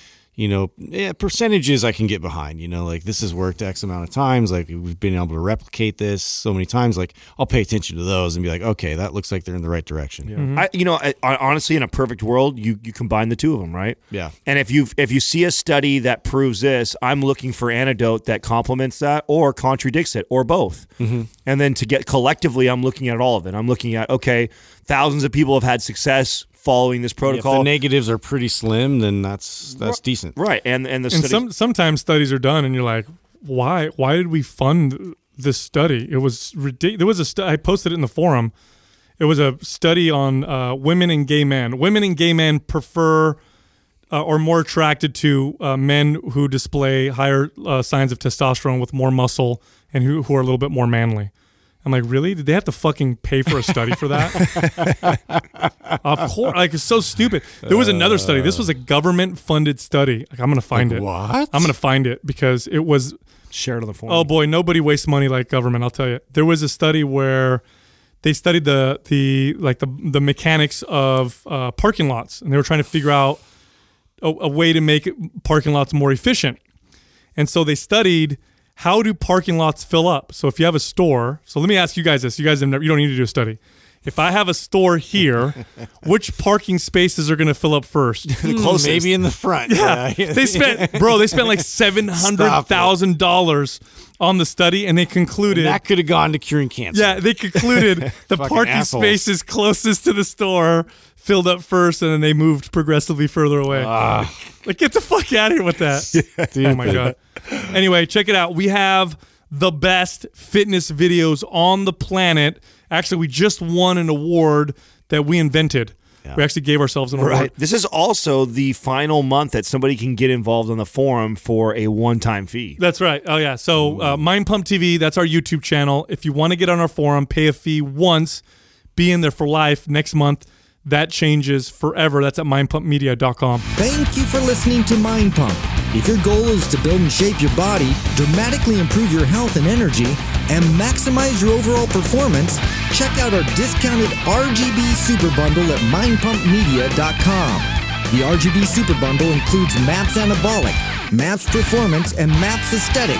You know, yeah, percentages I can get behind. You know, like this has worked X amount of times. Like we've been able to replicate this so many times. Like I'll pay attention to those and be like, okay, that looks like they're in the right direction. Yeah.
I, you know, I, I- honestly, in a perfect world, you you combine the two of them, right?
Yeah.
And if you if you see a study that proves this, I'm looking for antidote that complements that or contradicts it or both.
Mm-hmm.
And then to get collectively, I'm looking at all of it. I'm looking at okay, thousands of people have had success following this
If the
protocol,
negatives are pretty slim, then that's that's decent.
right? And and the
and
study,
some sometimes studies are done, and you're like, why? Why did we fund this study? It was ridiculous. There was a stu- I posted it in the forum. It was a study on uh, women and gay men. Women and gay men prefer uh, or more attracted to uh, men who display higher uh, signs of testosterone with more muscle and who, who are a little bit more manly. I'm like, really? Did they have to fucking pay for a study for that? of course. Like, it's so stupid. There was another study. This was a government funded study. Like, I'm going to find it.
what?
I'm going to find it because it was
shared on the forum.
Oh boy, nobody wastes money like government. I'll tell you. There was a study where they studied the the like the the mechanics of uh, parking lots, and they were trying to figure out a, a way to make parking lots more efficient. And so they studied how do parking lots fill up. So if you have a store, so let me ask you guys this: you guys have never, you don't need to do a study. If I have a store here, which parking spaces are going to fill up first? Hmm,
Maybe in the front.
yeah. they spent, bro, they spent like seven hundred thousand dollars on the study, and they concluded
that could have gone to curing cancer.
yeah, they concluded the
Fucking
parking
assholes.
spaces closest to the store filled up first, and then they moved progressively further away.
Ah.
Like, get the fuck out of here with that. oh my god. Anyway, check it out. We have the best fitness videos on the planet. Actually, we just won an award that we invented. We actually gave ourselves an award.
Right.
This is also the final month that somebody can get involved on the forum for a one-time fee.
That's right. Oh yeah. So uh, Mind Pump TV, that's our YouTube channel. If you want to get on our forum, pay a fee once, be in there for life. Next month, that changes forever. That's at mindpumpmedia.com.
Thank you for listening to Mind Pump. If your goal is to build and shape your body, dramatically improve your health and energy, and maximize your overall performance, check out our discounted RGB Super Bundle at mindpumpmedia.com. The RGB Super Bundle includes MAPS Anabolic, MAPS Performance, and MAPS Aesthetic.